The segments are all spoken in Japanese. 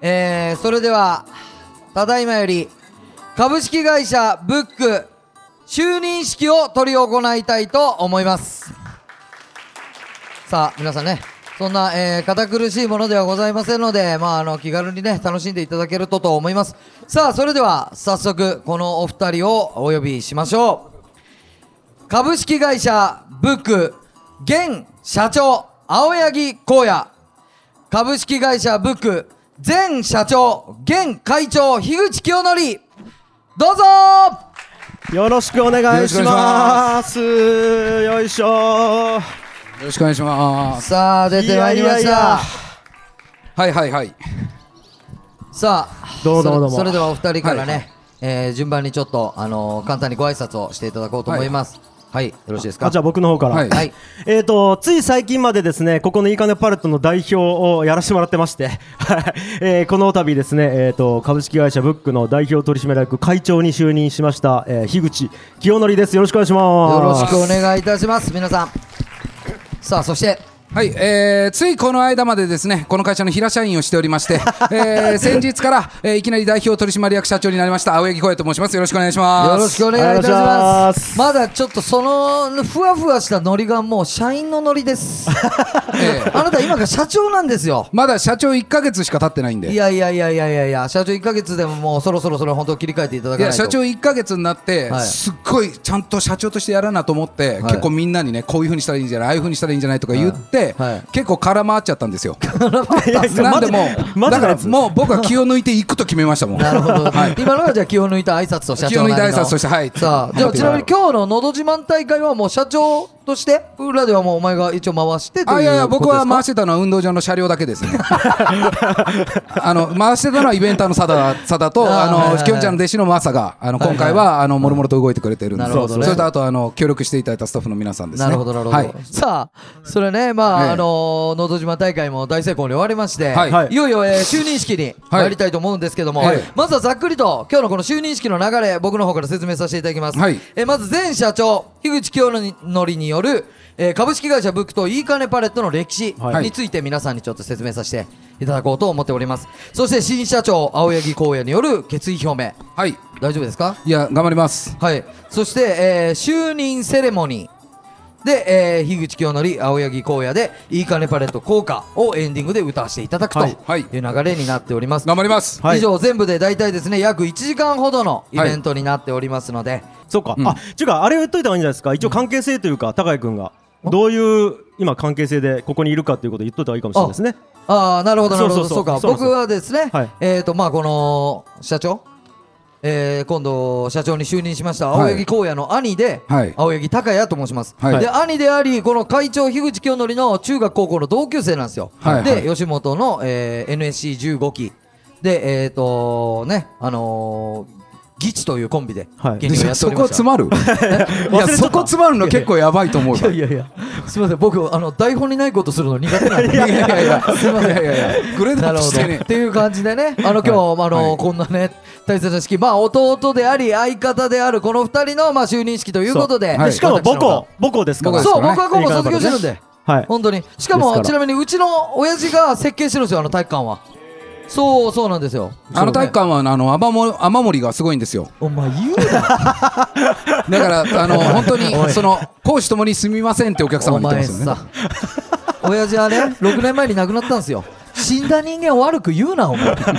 えー、それではただいまより株式会社ブック就任式を執り行いたいと思いますさあ皆さんねそんな、えー堅苦しいものではございませんので、まあ、あの気軽にね楽しんでいただけるとと思いますさあそれでは早速このお二人をお呼びしましょう株式会社ブック現社長青柳光也株式会社ブック前社長現会長樋口清則どうぞよろしくお願いします。よいしょ。よろしくお願いします。さあ出てまいりましたいやいやいやはいはいはい。さあどうもどうもどうもそれそれではお二人からね、はいはえー順番にちょっと、あのー簡単にご挨拶をしていただこうと思いますはい、よろしいですかあ、じゃあ僕の方から。はいはいえっ、と、つい最近までですね、ここのいいかねパレットの代表をやらせてもらってまして、 はいえーこの度ですね、えっ、と、株式会社ブックの代表取締役会長に就任しました、えー、樋口清則です。よろしくお願いします。よろしくお願いいたします皆さんさあそしてはい、えー、ついこの間までですね、この会社の平社員をしておりま して、えー、先日から、えー、いきなり代表取締役社長になりました、青柳小也と申します。よろしくお願いします。よろしくお願いいたしありがとうございまますすまだちょっとそのふわふわしたノリがもう社員のノリです えーあなた今が社長なんですよまだ社長1ヶ月しか経ってないんで。いやいやいやいやいやいや社長1か月でももうそろそろそれ本当切り替えていただいかなやいと社長1か月になって、はいすっごいちゃんと社長としてやらなと思って、い結構みんなにねこういうふうにしたらいいんじゃないああいうふうにしたらいいんじゃないとか言って、はいはい結構空回っちゃったんです よ。いやいやなんでマもジマジなだかやらつもう僕は気を抜いていくと決めましたも ん。なるほど、はい今のがじゃあ気を抜いた挨拶と社長なりの気を抜いた挨拶としてはいさあじゃあちなみに今日の「のど自慢」大会はもう社長として裏ではもうお前が一応回してというあいやいや僕は回しててたのは運動場の車両だけで すねあの回してたのはイベンターの佐田佐田とあーはいはいあはいのきょんちゃんの弟子のマサがあの今回はあのもろもろと動いてくれてるんでなるほどねそれとあとあの協力していただいたスタッフの皆さんですねなるほどなるほど、はいさあそれねまあ、ええあのーのど自慢大会も大成功に終わりまして、はいはいいよいよ、えー就任式にはい参りたいと思うんですけども、はいまずはざっくりと今日のこの就任式の流れ僕の方から説明させていただきます、はいえーまず前社長樋口清則による、えー株式会社ブックといいかねパレットの歴史はいについて皆さんにちょっと説明させていただこうと思っておりますそして新社長青柳光也による決意表明はい大丈夫ですかいや頑張りますはい、そして、えー就任セレモニーで、えー樋口清則、青柳光也で「いいかねパレット効果」をエンディングで歌わせていただくとはいいうはいいう流れになっております。頑張りますはい以上全部で大体ですね約1時間ほどのイベントになっておりますので、そうか、うんあちゅうかあれを言っといた方がいいんじゃないですか一応関係性というか高井君がどういう今関係性でここにいるかということを言っといた方がいいかもしれないですねああなるほどなるほどそうそうそうそうかそうなんです僕よはですね、はいえっ、とまあこの社長えー今度社長に就任しましたはい青柳光也の兄で、はい青柳高也と申します、はいで兄でありこの会長樋口清則の中学高校の同級生なんですよ、はいで、はい吉本の、えー NSC15 期でえっ、とねあのー、ギチというコンビではい芸人をやっておそりこました、詰ま るいや忘れちゃったそこ詰まるの結構やばいと思うわいやいやすみません僕あの台本にないことするの苦手なんでいやいやいやすいませんいやいやいやグレードアなるップほしど。てねっていう感じでね、あの今日、あの、はいこんなね、大切な式、まあ弟であり相方であるこの二人のまあ就任式ということで、そうはいしかも母校私母校ですかのら方。母そう、そう僕はですから高校卒業してるんで、はい本当に。しかですもからちなみにうちの親父が設計してるんですよ、あの体育館は。そうそうなんですよ。あの体育館はあの雨も雨漏りがすごいんですよお前言うな。だからあの本当おいにその講師ともにすみませんってお客様おに言ってま前すよねさ、親父はね、6年前に亡くなったんですよ。死んだ人間を悪く言うな、お前。だか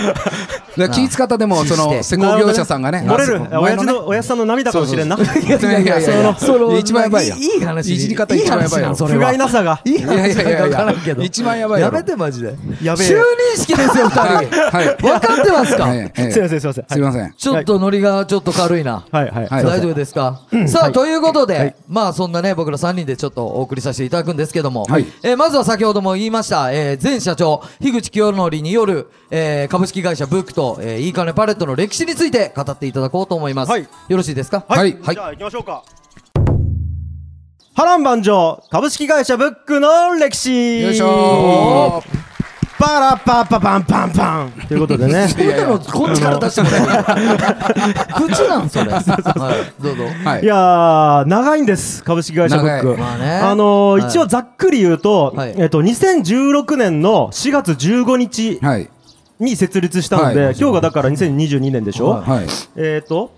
ら気使ったでもそしての施工業者さんがね漏れるあそう親前の父ねの親父さんの涙かもしれんな不いやいやいやいやいやいやいやその一番やばいやいい話いじり方一番やばい話なやんろそれ甲は斐なさがいい話なんか分からんけいやいやいやいどや一番やばいややろめてマジでやべえ就任式ですよは二い人 はい分かってますかええええすいませんすいませんすいませんちょっとノリがちょっと軽いなはいはいはい大丈夫ですかさあということはでいまあそんなね僕ら3人でちょっとお送りさせていただくんですけどもはいえーまずは先ほども言いましたえー前社長樋口清則によるえー株式会社ブックとえーいいかねパレットの歴史について語っていただこうと思いますはいよろしいですかはい、はいじゃあ行きましょうか波乱万丈株式会社ブックの歴史よいしょパラパパパンパンパンということで ねこれなのこっちから出しても らえる口なんそれはいどうぞーはいいやー長いんです株式会社ブック、長いまあねあのーはい一応ざっくり言うと、はいえっと2016年の4月15日はいに設立したので、はい今日がだから2022年でしょ、はいえっ、と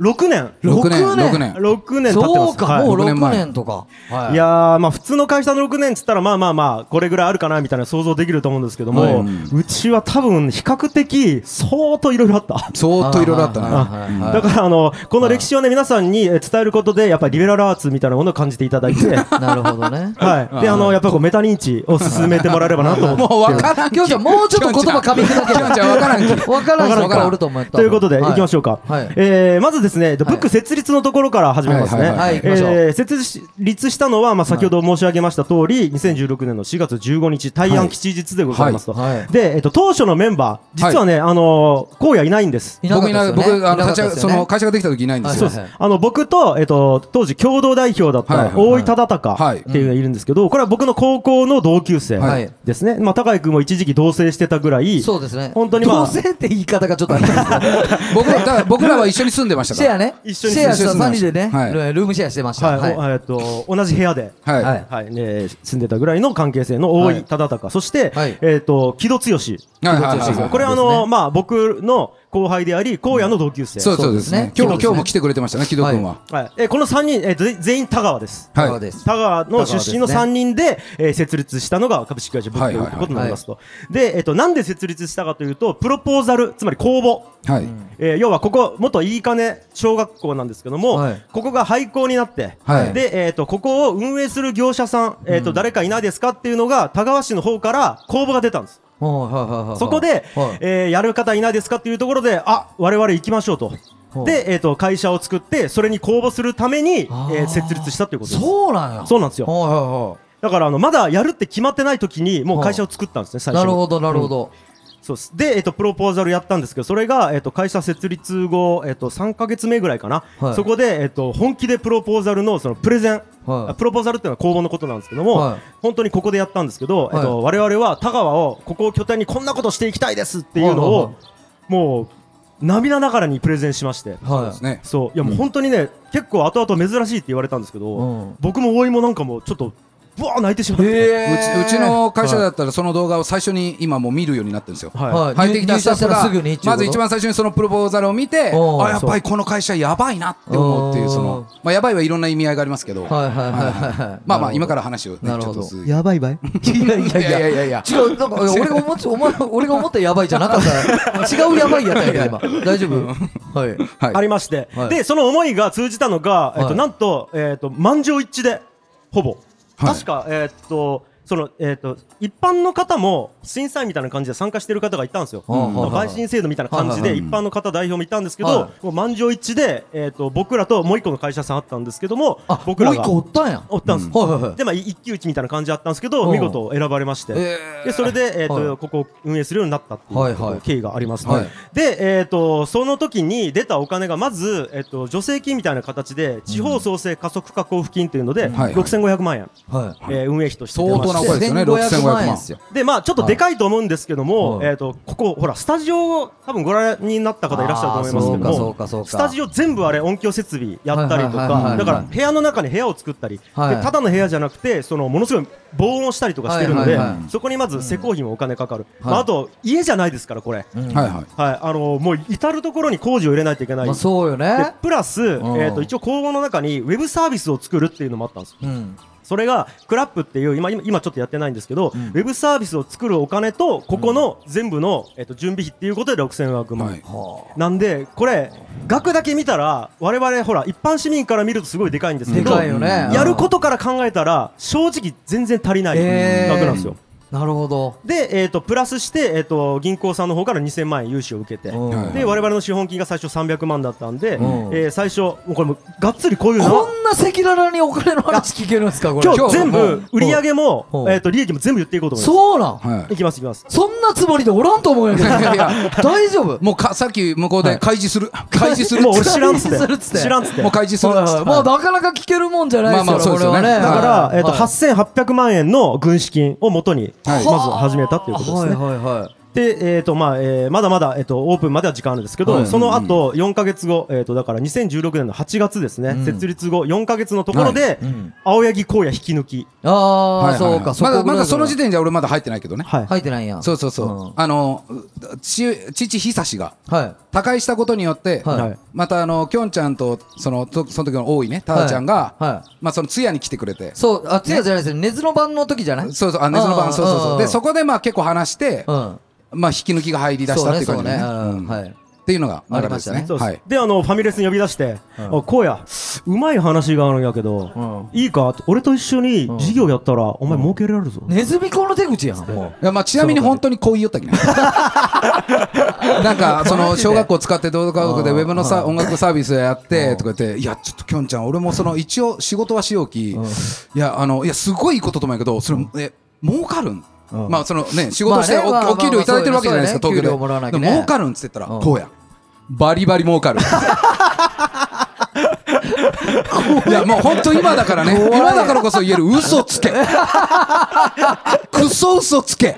6年六6年年6年6年経ってまそすうか、はいもう六年6前年とか。はいやーまあ普通の会社の6年っつったらまあまあまあこれぐらいあるかなみたいな想像できると思うんですけども、はいうちは多分比較的相当いろいろあった。相当いろいろあったなはいはいだからあのこの歴史をね皆さんにえー伝えることでやっぱりリベラルアーツみたいなものを感じていただい てはなるほど ね。いであのやっぱりこうメタ認知を進めてもらえればなと思ってもう分からんきょんちゃん、もうちょっと言葉噛み砕けきょんちゃん分からん き分からん人わからんがおると思った。ということで、は行きましょうか。はいえーまずですね、ブック設立のところから始めますね。はいはいはいはい行きましょうえー設立したのは、まあ、先ほど申し上げました通り、2016年の4月15日、大安吉日でございますと。はいはいで、えっと、当初のメンバー、実はね、あのー、荒野いないんです。いなかっ僕いたですなよね僕あの立ちいなかった上ですよげそねの会社ができた時いないんですはよいはいあの僕と、えっと、当時共同代表だっはいはたいはい大井忠はい隆っていうのがいるんですけど、これは僕の高校の同級生はいですね。まあ、高井君も一時期同棲してたぐらい、そうですね。本当にまあ同棲って言い方がちょっとあれですけ ど僕らだから僕らは一緒に住んでましたかシェアらね。一緒にシェアし一緒たに住ん3人でましでね、たはいルームシェアしてました。はい、はい。おえっと、同じ部屋で。はいはいはいね、住んでたぐらいの関係性の大井忠敬、そして、はいえっ、と木戸剛、はいは木戸剛いはいこれはあですの、ねまあ、僕の後輩であり荒野の同級生、そうそうですねそうですね今日も今日も来てくれてましたね木戸君ははいえーこの3人、えーぜ全員田川です。はい田川です田川の出身の田川3で人でえー設立したのが株式会社ブックということになりますと、で、えっとなんで設立したかというとプロポーザルつまり公募はいえー要はここ元いいかね小学校なんですけども、はいここが廃校になって、はいで、えー、とここを運営する業者さん、えーと誰かいないですかっていうのが田川市の方から公募が出たんですはいはいはいはいそこで、はいえーやる方いないですかっていうところであ我々行きましょうとはいで、えー、と会社を作ってそれに公募するために、えあーー設立したということですそうなんや。そうなんですよはいはだからあのまだやるって決まってない時にもう会社を作ったんですねいは最い。初なにるほど、なるほど。そうですで、えっと、プロポーザルやったんですけどそれが、えっと、会社設立後、えっと、3か月目ぐらいかな、はいそこで、えっと、本気でプロポーザルのそのプレゼン、あプロポーザルっていうのは公募のことなんですけども、はい本当にここでやったんですけど、はいえっと、我々は田川をここを拠点にこんなことしていきたいですっていうのはを、いはいはもう涙ながらにプレゼンしまして。はい。ですねそういやもう本当にね、結構後々珍しいって言われたんですけど、うん僕も大井もなんかもうちょっとぶわー泣いてしまって、うちうちの会社だったらその動画を最初に今もう見るようになってるんですよはいはい入ってきた入スタ社したッフらがすぐにっていうことまず一番最初にそのプロポーザルを見ておーあやっぱりこの会社やばいなって思うっていうおーそのまあやばいはいろんな意味合いがありますけどはいはいはいはいはいまあまあ今から話をねなるほどちょっと続けてやばいばい いやいやいやいやいやいや違う、なんか、俺が思って、お前、俺が思ったやばいじゃなかった。違うやばいやったんやけど、今。大丈夫はい。はいありまして、はいでその思いが通じたのが、えっはといなんと,、えっと満場一致でほぼ、はい確か、えっとそのえっと一般の方も審査員みたいな感じで参加してる方がいたんですよ、うんうんうん陪審制度みたいな感じで、はい一般の方代表もいたんですけど、はもう満場一致で、えっと僕らともう一個の会社さんあったんですけどもあ、僕らもうが一個おったんや。おったんです、はいはいはい。でまあ、い一騎打ちみたいな感じだったんですけど、うん見事選ばれまして、えーでそれで、えーとはいここを運営するようになったっていう、はいはい経緯がありますね、はいで、えー、とその時に出たお金がまず、えー、と助成金みたいな形で地方創生加速化交付金というので、はい6500万円、はえー運営費として出相ま当なおし金てですよ1500ね6500万円ですよ。でまあ、ちょっとでかいと思うんですけども、はいえー、とここ、ほらスタジオを多分ご覧になった方いらっしゃると思いますけあどーもそうかそうかそうかスタジオ全部あれ音響設備やったりとはいはいはいはかいだから部屋の中に部屋を作ったり、はいでただの部屋じゃなくてそのものすごい防音したりとかしてるのはで、いはいはいそこにまず施工費もお金かかる、はいまあ、あと家じゃないですからこれ、うんはいはいはいあのもう至る所に工事を入れないといけない、まあ、そうよでね。プラス、えんー、と一応公募の中にウェブサービスを作るっていうのもあったんですうん。それがクラップっていう今今今ちょっとやってないんですけど、ウェブサービスを作るお金とここの全部の、えっと準備費っていうことで6500万、はいはなんでこれ額だけ見たら我々ほら一般市民から見るとすごいでかいんですあ。けでどかいよね。やることから考えたら正直全然足りないえー額なんですよ、なるほど。で、えー、とプラスして、えー、と銀行さんの方から2000万円融資を受けて、うんはいで我々の資本金が最初300万だったんで、うんえー最初もうこれもがっつりこういうのこんな赤裸々にお金の話聞けるんですか、これ。今今日日全部売り上げもほ、うえー、と利益も全部言っていこうと思いますそうなん、はいいきますいきますそんなつもりでおらんと思うんやけど。いや大丈夫もうかさっき向こうで開示する開示するもう俺知らんっつ開示するっっつってて知らんっつってもだうか開示するはいはいもうなかなか聞けるもんじゃないですよ、まあまあそうですよねこれはだら、はいえー、とはい8800万円の軍資金をもとに、はいまず始めたということですね、はいはいはい。で、えーとまあえーまだまだ、えー、とオープンまでは時間あるんですけど、はいその後4か月後、えー、とだから2016年の8月ですね、うん設立後4か月のところで、うん青柳荒野引き抜き、ああ、はいはいはいそうかそこまぐらだいからまだその時点じゃ俺まだ入ってないけどね。はい入ってないんやそうそうそう。うんあのち父久志がはい他界したことによって、はいはいまたあのきょんちゃんとそのとその時の多いねターちゃんが、はいはいまあその通夜に来てくれて。そうあ違うじゃないですよ根津の番の時じゃないそうそう、あ、ね、その晩、そうそうそう。で、そここで、まあ、結構話して、うんまあ、引き抜きが入り出したっていう感じだね。そうねそうねうんはいっていうのが、ありましたねあれですそうですはい。であのファミレスに呼び出して「あ荒野うまい話があるんやけど、いいか俺と一緒に事業やったら、お前儲けられるぞ」ネズミ講の手口やんもういやまあ、ちなみに本当にこう言いよったっけね なんかその小学校使って動画学でウェブのさ音楽サービスやってとか言っていやちょっときょんちゃん俺もその一応仕事はしようきいやあのいやすごいいいことともやけどそれえ儲かるんまあそのね仕事してまあねまあまあおお給料いただいてるわけじゃないですかそうね東給京料もらわなできゃでねも儲かるんっつって言ったらうんこうやバリバリ儲か るいやもう本当今だからね今だからこそ言える嘘つ けクソ嘘つけ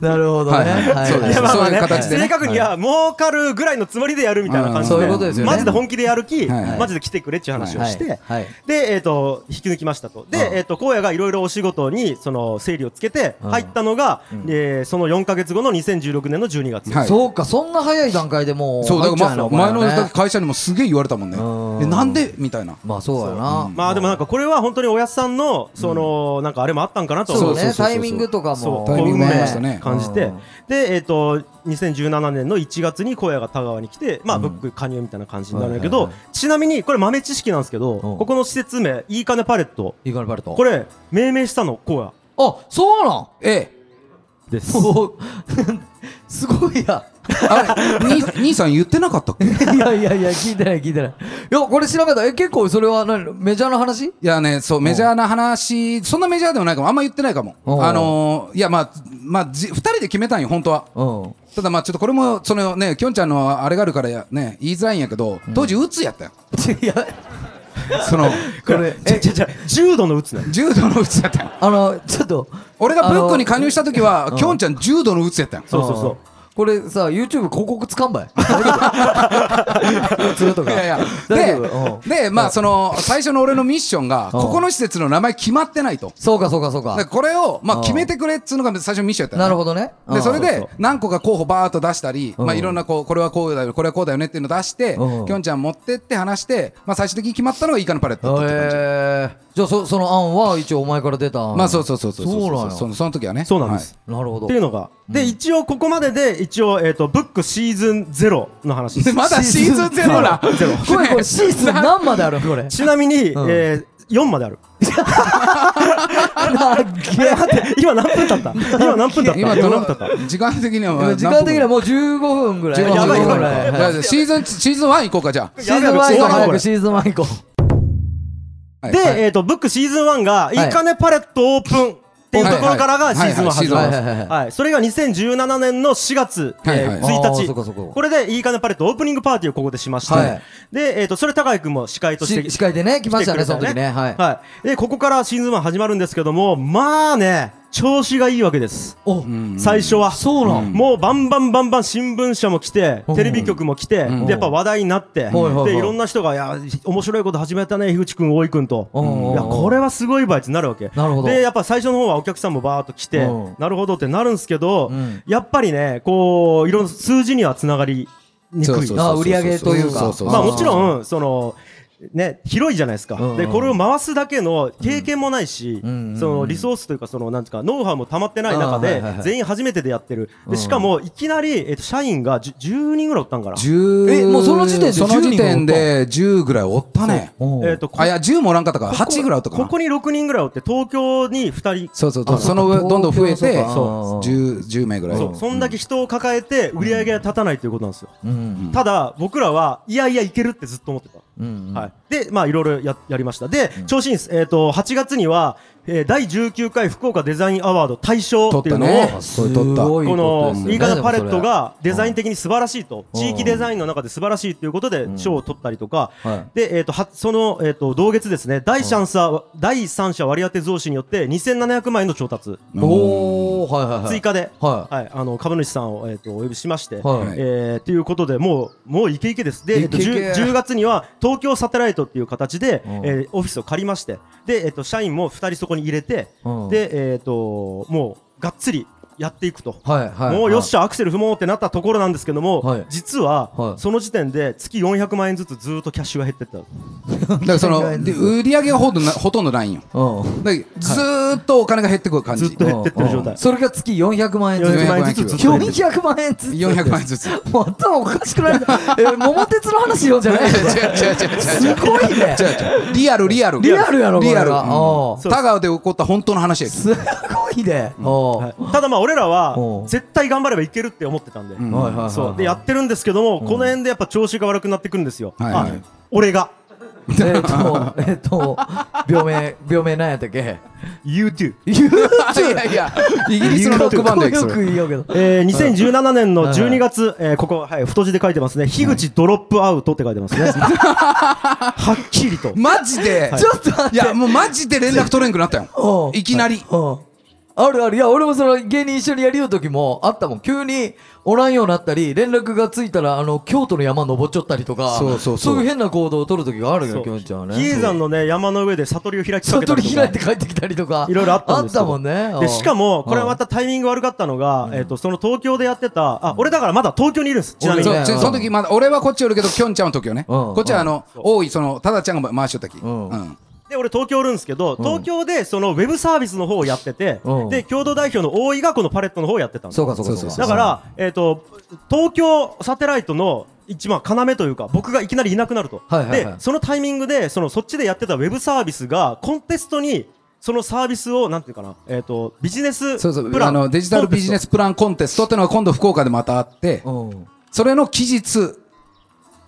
なるほどねはいはいはいそうですいやまあそういう形でね正確に、いや、儲かるぐらいのつもりでやるみたいな感じで、うんそういうことですよねマジで本気でやる気、はいはいマジで来てくれっていう話をして、はいはいで、えっ、と、引き抜きましたと。で、うんえっ、と、荒野がいろいろお仕事に、その、整理をつけて、うん入ったのが、えーその4ヶ月後の2016年の12月。はいそうかそんな早い段階でもうそうだから、ま、入前っちゃうのよねだって会社にもすげえ言われたもんねうんえなんでみたいなまあそうやなまあでもなんか、これは本当におやっさんの、その、なんかあれもあったんかなとそうそうそうそうねそうタイミングとかそもう、タイミングもありましたねこう運命感じて、うんで、えっ、と、2017年の1月に荒野が田川に来て、まあ、ブック加入みたいな感じになるんだけど、はいはいちなみに、これ豆知識なんですけど、ここの施設名、いいかねパレット、イーガルパルトこれ、命名したの、荒野あそうなんえです。おー すごいやえあれに兄さん言ってなかったっ け いいやいやいや聞いてない聞いてないいやこれ調べたえ結構それは何メジャーな話やねそうメジャーな話そんなメジャーでもないかもあんま言ってないかもおうあのーいやまあまあじ2人で決めたんよ本当はうんただまあちょっとこれもそのねきょんちゃんのあれがあるからやね言いづらいんやけど当時うつやったよ いやその これえ、えじゃじゃ柔道の打つね。重度のうつやったよあのちょっと俺がブックにあの加入した時はきょんちゃん重度のうつやったよそうそうそう。これさ YouTube 広告つかん ばい大丈夫するとかいやいや 大丈夫うんででまあその最初の俺のミッションがここの施設の名前決まってないとそうかそうかそうだからかこれを、まうあ、ん決めてくれっつうのが最初のミッションやったのなるほどねうでんそれそうでそう何個か候補バーっと出したり、うんまあ、いろんなこうこれはこうだよこれはこうだよねっていうの出してきうんょんちゃん持ってって話して、まあ、最終的に決まったのがイカのパレットだったって感じ、えーじゃあそその案は一応お前から出た案まあそうそうそうそうそうなんそやのその時はねそうなんです。なるほどっていうのが、で、一応ここまでで、一応、えっ、と、ブックシーズンゼロの話ではいすで。 まだシーズンゼロだゼロこれこれシーズン何まであるこれ なちなみに、うんえー、4まである。 っげえ待って、今何分経った今何分経った今ど今何の分経った時間的にではまも あ時間的には何もう15分ぐらい分やばい15分やばいぐらいだからシーズンシーズン1行こうかじゃあシーズン1や行こうべえ早くこれシーズン1行こうはいで、はいえっ、と、ブックシーズン1が、いいいかねパレットオープンっていうところからがはいシはいーズンは始まります。はいはいはいはい。それが2017年の4月、えーはいはいあーそ1こそこ日。これで、いいかねパレットオープニングパーティーをここでしまして、はいで、えっ、と、それ高井くんも司会としてし司会でね来ましたね来てそくのれ時ねはいはい。で、ここからシーズン1始まるんですけども、まあね、調子がいいわけです。お最初は。そうなんもうバンバンバンバン新聞社も来てうん、テレビ局も来て、んで、やっぱ話題になって、はいはいはいで、いろんな人が、いや、面白いこと始めたね、樋口君、大井君と。うんいや、これはすごいバイトになるわけ。なるほどで、やっぱ最初の方はお客さんもバーっと来てうん、なるほどってなるんですけどうん、やっぱりね、こう、いろんな数字にはつながりにそくういそうそうそう。あ売り上げというかそうそうそうまあーもちろんそのね広いじゃないですか、うんうんでこれを回すだけの経験もないし、うんうんうんそのリソースというかそのなんていうかノウハウも溜まってない中あーはでいはいはい全員初めてでやってるうんでしかもいきなり、えっと、社員が10 10人ぐらいおったんかな、 10えもうその時点でその時点10で10ぐらいおったねおうえっとこあいや10もおらんかったから8ぐらいおったかこなこに6人ぐらいおって東京に2人そうそうそうあその上そうかどんどん増えて東京そうか10 10名ぐらいそうそんだけ人を抱えて売り上げが立たないということなんですよ、うんただ僕らはいやいやいけるってずっと思ってたうんうんはい、で、まあ、いろいろややりました。で、調子いいんです。えっ、と、8月には、えー第19回福岡デザインアワード大賞って取いったうのを、ね。すそれ取った。ごいこことのですよね言い方パレットがデザイン的に素晴らしいと、うん地域デザインの中で素晴らしいということで賞を取ったりとか、はで、えー、とはその、えー、と同月ですね第三者、第三者割り当て増資によって2700万円の調達、おおはいはいはい追加で、ははいあの株主さんを、えー、とお呼びしまして、はいえーということでもうもうイケイケですで、えーとイケイケ 10, 10月には東京サテライトっていう形で、うんえーオフィスを借りましてで、えー、と社員も2人そこに入れて、うんで、えー、ともうがっつりやっていくと。はいはいもうよっしゃ、アクセル踏もうってなったところなんですけども、はい実は、はいその時点で月400万円ずつずーっとキャッシュが減ってった、だからその、で売り上げがほとんどなほとんどないんよ。うんだからずーっとお金が減ってくる感じ。ずっと減ってってる状態、それが月400万円ず400つ万円ずつずっと減ってる400万円ずつ400万円ずつ。違うもう頭おかしく ないえ桃鉄の話よじゃない違う違う違う。すごいね違う違う。リアルリアル。リアルやろこれリアがル。うんああそう田川で起こった本当の話やけど。すごいねおははいただまあ俺らおはう絶対頑張ればいけるって思ってたんで、んいはいはいそうでやってるんですけども、この辺でやっぱ調子が悪くなってくるんですよ、はいはいあ俺がえっとえっと病名病名なんやったっけ YouTube、いやいや、イギリスのロックバンドやけどよそれく言うけどえー、2017年のはいはい12月、えーここ、はい、太字で書いてますね樋口ドロップアウトって書いてますね はっきりとマジで、ちょっと待っていや、もうマジで連絡取れんくなったよお。ういきなり。うんあるあるいや俺もその芸人一緒にやりよう時もあったもん急におらんようになったり連絡がついたらあの京都の山登っちゃったりとかそうそうそういう変な行動を取る時があるそようきょんちゃんはね比叡山のね山の上で悟りを開きかけた悟りとりか開いて帰ってきたりとかいろいろあったんですよあもんねうでんしかもこれはまたタイミング悪かったのが、えっ、とその東京でやってたあ俺だからまだ東京にいるんですちなみにそ俺ねうちょその時まだ俺はこっちおるけど、きょんちゃんは東京ね。うんこっちはあの、うん多い、その、ただちゃんが回しよったき。んうんで俺東京おるんですけど、東京でそのウェブサービスの方をやってて、うんで共同代表の大井がこのパレットの方をやってたんですそうかそうかそうかだから、えっ、と東京サテライトの一番要というか僕がいきなりいなくなると、はいはいはいでそのタイミングでそのそっちでやってたウェブサービスがコンテストにそのサービスをなんていうかな、えっとビジネスそうそうプランあのデジタルビジネスプランコンテストってのが今度福岡でまたあって、うんそれの期日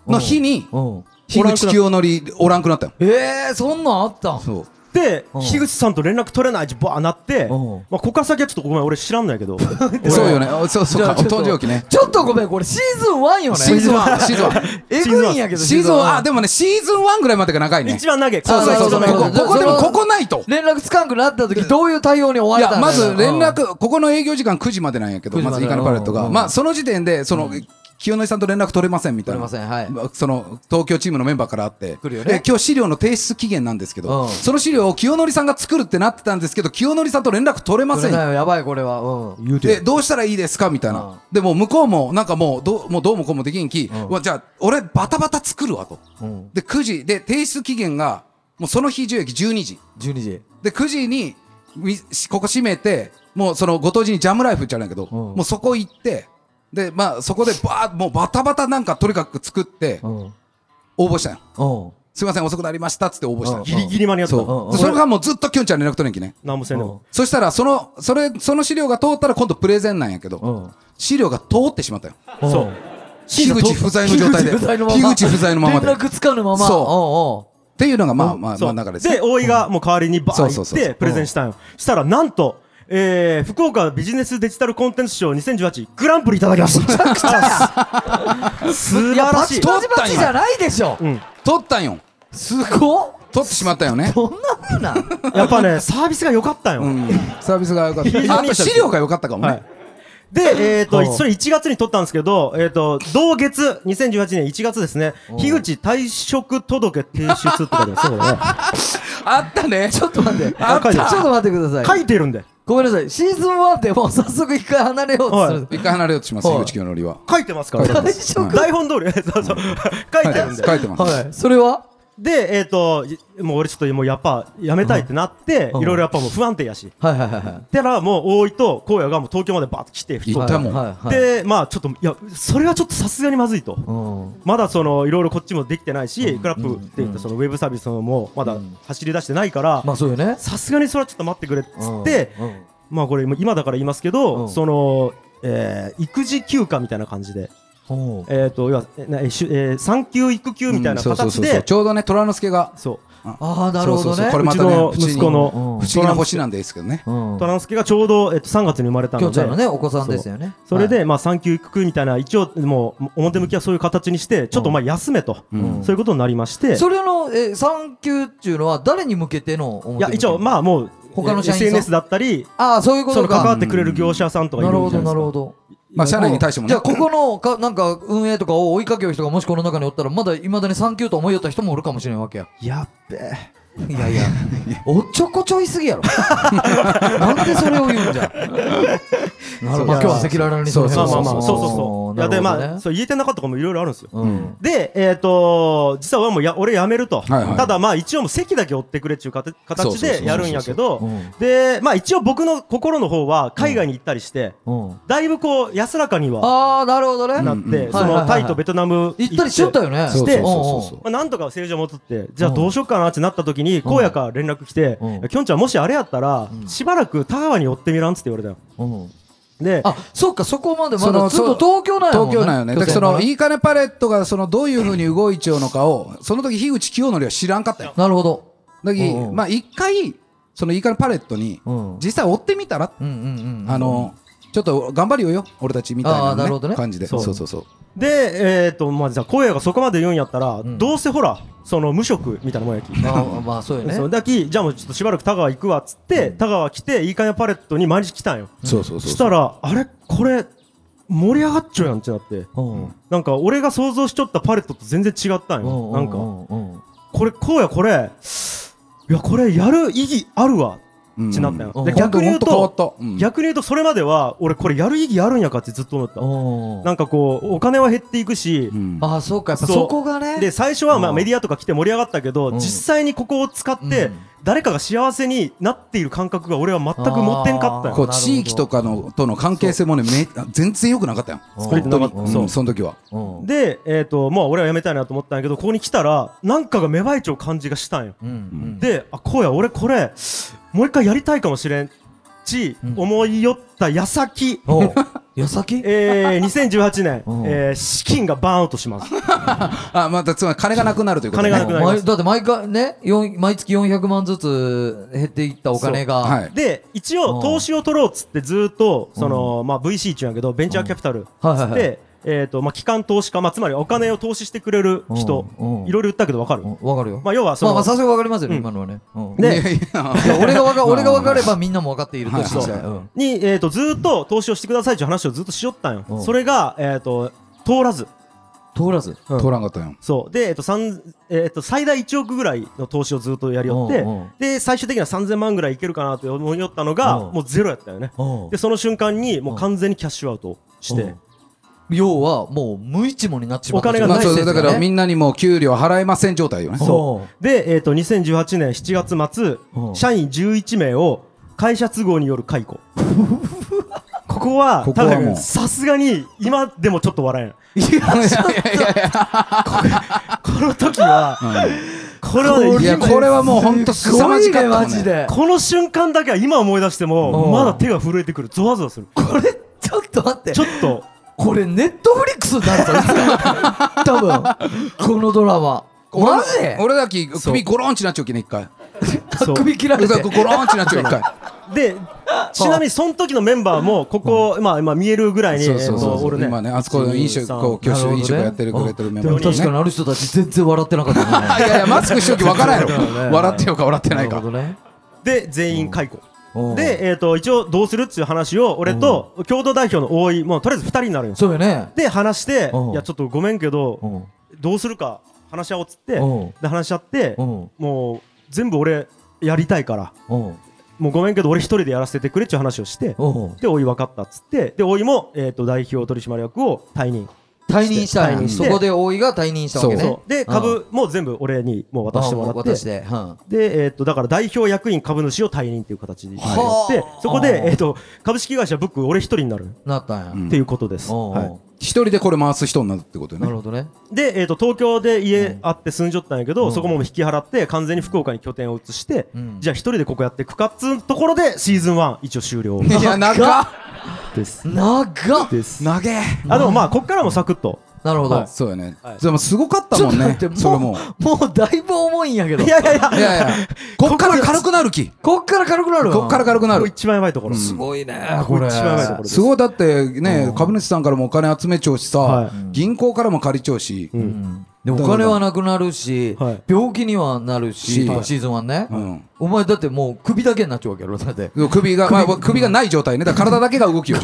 の日にうん樋口清則おらんくなったよえー、そんなんあったんそうで、うん樋口さんと連絡取れないじバーなっうて、んまあ、ここから先はちょっとごめん俺知らんないけ どでそうよねあそうそうかじゃあちょっと誕生日ねちょっとごめんこれシーズン1よねシーズン1シーズン1えぐいんやけどシーズン1あでももねシーズン1ぐらいまでが長いね一番投げそうそうそうそうあこそうこそうそうここでもそのここないと連絡つかんくなった時どういう対応に追わいれたやんだまよず連うん絡ここの営業時間9時までなんやけど9時ままでずイカのパレットうんうがんまあその時点でその清則さんと連絡取れませんみたい取れなませんはいその東京チームのメンバーからあって、来るよねで今日資料の提出期限なんですけど、うんその資料を清則さんが作るってなってたんですけど、清則さんと連絡取れませ取んれないよやばいこれはうん言うでどうしたらいいですかみたいな、うんでもう向こうもなんかもうどうもうどうもこうもできんき、うんわじゃあ、俺、バタバタ作るわと、うんで9時、で提出期限がもうその日中駅12時、 12時で9時にみここ閉めて、もうそのご当時にジャムライフ行っちゃうんやけど、うんもうそこ行って、でまあ、そこでばーもうバタバタなんかとにかく作ってう、んうん応募したんよ。おすみません、遅くなりましたっつって応募したうんの。ギリギリ間に合ったうんそう。でそれがもうずっときょんちゃん連絡取れんきね。何もせんでもそしたら、その、それ、その資料が通ったら今度プレゼンなんやけど、うん資料が通ってしまったよ。そうんう樋口不在の状態で。樋口不在のまま樋口不在のまま で。連っ絡つかぬままそうそていうのが、まあまあ、そうまあ流れですね。で大井がもう代わりにバそうー行そっうそうそうてプレゼンしたんよしたらなんとえー、福岡ビジネスデジタルコンテンツ賞2018グランプリいただきました素いや晴らパしチいパチパチじゃないでしょうん、取ったんよ。すごっ取ってしまったよね。どんな風なんやっぱねサービスが良かったんよ、うん。サービスが良かっ非た。常 あにと資料が良かったかもはいね。。で、えっ、はと、いそれ1月に取ったんですけど、えっ、と、同月、2018年1月ですね、樋口退職届提出って書いてますねこれね。あったね。ちょっと待ってあったちょっと待ってく ださ書いいてるんで。ごめんなさいシーズン1でもう早速一回離れようとする一回離れようとします、はい樋口清則は。書いてますから。退職台本通り、 そうそう。書いてるんで。書いてます。はいそれはで、えっ、と、いもう俺ちょっともうやっぱやめたいってなって、うんいろいろやっぱもう不安定やし。はいはいはいはいたらもう大井と荒野がもう東京までバーッと来て、行ったもん。はいはいで、まあちょっと、いや、それはちょっとさすがにまずいと。うんまだそのいろいろこっちもできてないし、うんクラップって言ったそのウェブサービスもまだ走り出してないから、まあそうよねさすがにそれはちょっと待ってくれっつって、うんうんまあこれ今だから言いますけうど、んその、えー育児休暇みたいな感じで、うんえーと要はえなえしゅえー産休育休みたいなうんそう形そうそうそうでち、ょうどね、虎之助が。そうああなるほそどうそうそねうこれまたねうちの不思議息子の不思議な星なんですけどねうんトランスケがちょうど、えっと、3月に生まれたきょのんちでゃんのねお子さんですよねそれで、まあ、産休育休みたいな一応もう表向きはそういう形にしてちょっとまあ休めと、んそういうことになりまして、それのえ産休っていうのは誰に向けてのいや一応まあもう他の社員さん SNS だったりああそういうこそとの関わかってくれる業者さんとかいなるるんほじゃどなないるでほすか。どまあ社内に対してもじねゃあここのかなんか運営とかを追いかける人がもしこの中におったらまだいまだに産休と思いよった人もおるかもしれんわけややっべえいやいやおっちょこちょいすぎやろなんでそれを言うんじゃなるほどまあ今日は赤裸々にそうまあまあまそあそうそうそうそううそういなるやでほどねまあそう言えてなかったとかもいろいろあるんですようんで、えっ、と、実は俺もや俺辞めると、はいはいただまあ一応もう席だけ追ってくれっていうかたそう形そうそうそうでやるんやけうどん、で、まあ一応僕の心の方は海外に行ったりして、うんだいぶこう安らかにはああなるほどねなっうんうんて、んそはいはいはいのタイとベトナム行ったりしよったよねそうそうそうそうまあ、なんとか政治を戻ってじゃあどうしようかなってなった時に荒野から連絡来てうん「きょんちゃんもしあれやったらしばらく田川に寄ってみらん」っつって言われたようんうんうんであそっかそこまでまそだのずっと東京なんやもん東京なんよね。だからその、いいいかねパレットが、その、どういうふうに動いちゃうのかを、その時、樋口清則は知らんかったよ。なるほどだきうんうんまあ、一回、その、いいかねパレットにうん、実際追ってみたら、うんうんうんあの、ちょっと頑張るよよ、俺たち、みたいあーななるほねどね感じで。そそううそうそう。でえっとまあじゃあ荒野がそこまで言うんやったらんどうせほらその無職みたいなもんやき。あーまあそうよね そうだきじゃあもうちょっとしばらく田川行くわっつって田川来ていいかげんパレットに毎日来たんよそうそうそう。したらあれこれ盛り上がっちゃうやんってなってうんなんか俺が想像しちょったパレットと全然違ったんよなんかうんこれこうやこれいやこれやる意義あるわうんってなったよ、うんでうん逆に言うほんと、とほんと変わったうん逆に言うとそれまでは俺これやる意義あるんやかってずっと思った、うんなんかこうお金は減っていくし、うんああそうかやっぱそうそこがねで最初はまうあんメディアとか来て盛り上がったけど、うん実際にここを使っうてん誰かが幸せになっている感覚が俺は全く持ってんかったあよーこう、地域とかの、との関係性もね、め 全然良くなかったよ。うん作れてなかったうんそうその時は。うんで、えーとまあ、俺はやめたいなと思ったんやけどここに来たらなんかが芽生えちゃう感じがしたんよ、うんうんであこうや俺これもう一回やりたいかもしれんち、うん思い寄った矢先おう矢 先 えー、2018年、うんえー資金がバーンアウトします。あ、また、つまり、金がなくなるということね金がなくなる毎だって毎回ねよん毎月400万ずつ減っていったお金がはい。で、一うん応、投資を取ろうっつって、ずーっと、その、まあ、VC 中やけど、ベンチャーキャピタルっはいつはいっはいて、えっと、まあ、機関投資家、まあ、つまりお金を投資してくれる人、いうんろいろ言ったけどわかるうんわかるよまあ、要は、そまあまのあ、最初わかりますよねうん今のはねうんでいやいやいや俺がわか俺がわかればみんなもわかっているとしてはいはいうんに、えっと、ずーっと投資をしてくださいっていう話をずっとしよったんうんよ。それが、えっと、通らず。通らずうん通らんかったよ。そう。で、えっと、三えっと、最大1億ぐらいの投資をずーっとやりよっうてんうん、で、最終的には3000万ぐらいいけるかなと思いよったのが、うんもうゼロやったよね。うんでその瞬間にもう完全にキャッシュアウトして、うん要はもう無一文になっちまったお金がまないあ、ですそようねだから、みんなにもう給料払えません状態よね。そで、えー、と2018年7月末、うん社員11名を会社都合による解 雇ここはここはもう多分さすがに今でもちょっと笑えんいやいや いやいやこの時はこれはねいや今これはもう本当すすさごまいじかっねたもんマねジでこの瞬間だけは今思い出してうんもまだ手が震えてくるゾワゾワするこれちょっと待ってちょっとこれネットフリックスになるぞいつか多分このドラママジ俺俺だけ首ゴロンチなっちゃうけね一回そう首切られ俺てだけゴロンチなっちゃう一回でちなみにその時のメンバーもここ、まあ、今見えるぐらいにそうそうえそーうとそう俺ね今ねあそこの飲食1 2こう教な習るほどね飲食やってるくれてるメンでバもー確にかにあの人たち全然笑ってなかったいやいやマスクしとき分からんそやうだよろね笑ってようか笑ってないかどねで全員解雇、うんで、えー、と一応どうするっていう話を俺と共同代表の大井もうとりあえず2人になるんですそうよねで話してうんいやちょっとごめんけうどんどうするか話し合おうっつってうんで話し合ってうんもう全部俺やりたいからうんもうごめんけど俺一人でやらせてくれっていう話をしてうんで大井分かったっつってで大井も、えー、と代表取締役を退任退任したん退や任しそてこで大井が退任したわけねそうで株も全部俺にもう渡してもらっ渡てしてうんで、えー、とだから代表役員株主を退任っていう形になってはあそこで、えー、と株式会社ブック俺一人になるなったんやっていうことです、うんは一人でこれ回す人になるってことよなるねほどねい、で、えー、と東京で家あって住んじょったんやけど、そこも引き払って完全に福岡に拠点を移して、うんじゃあ一人でここやってくかっつうところでシーズン1一応終了いや長っです長っです長えあでもまあこっからもサクッとなるほど。そうよね、でもすごかったもんねちょっと待ってそれももう、もうだいぶ重いんやけど。いやいやいやいやいや こっから軽くなるきこっから軽くなるわこっから軽くなここる一番やばいところ、すごいね、ここれれ。一番やばいところですすごいだってね株主さんからもお金集めちゃうしさ、はい銀行からも借りちゃうし、でもお金はなくなるし、はい病気にはなるし、はいシーズンはね、うんお前だってもう首だけになっちゃうわけやろだって首が、まあ、首がない状態ねだから体だけが動きよ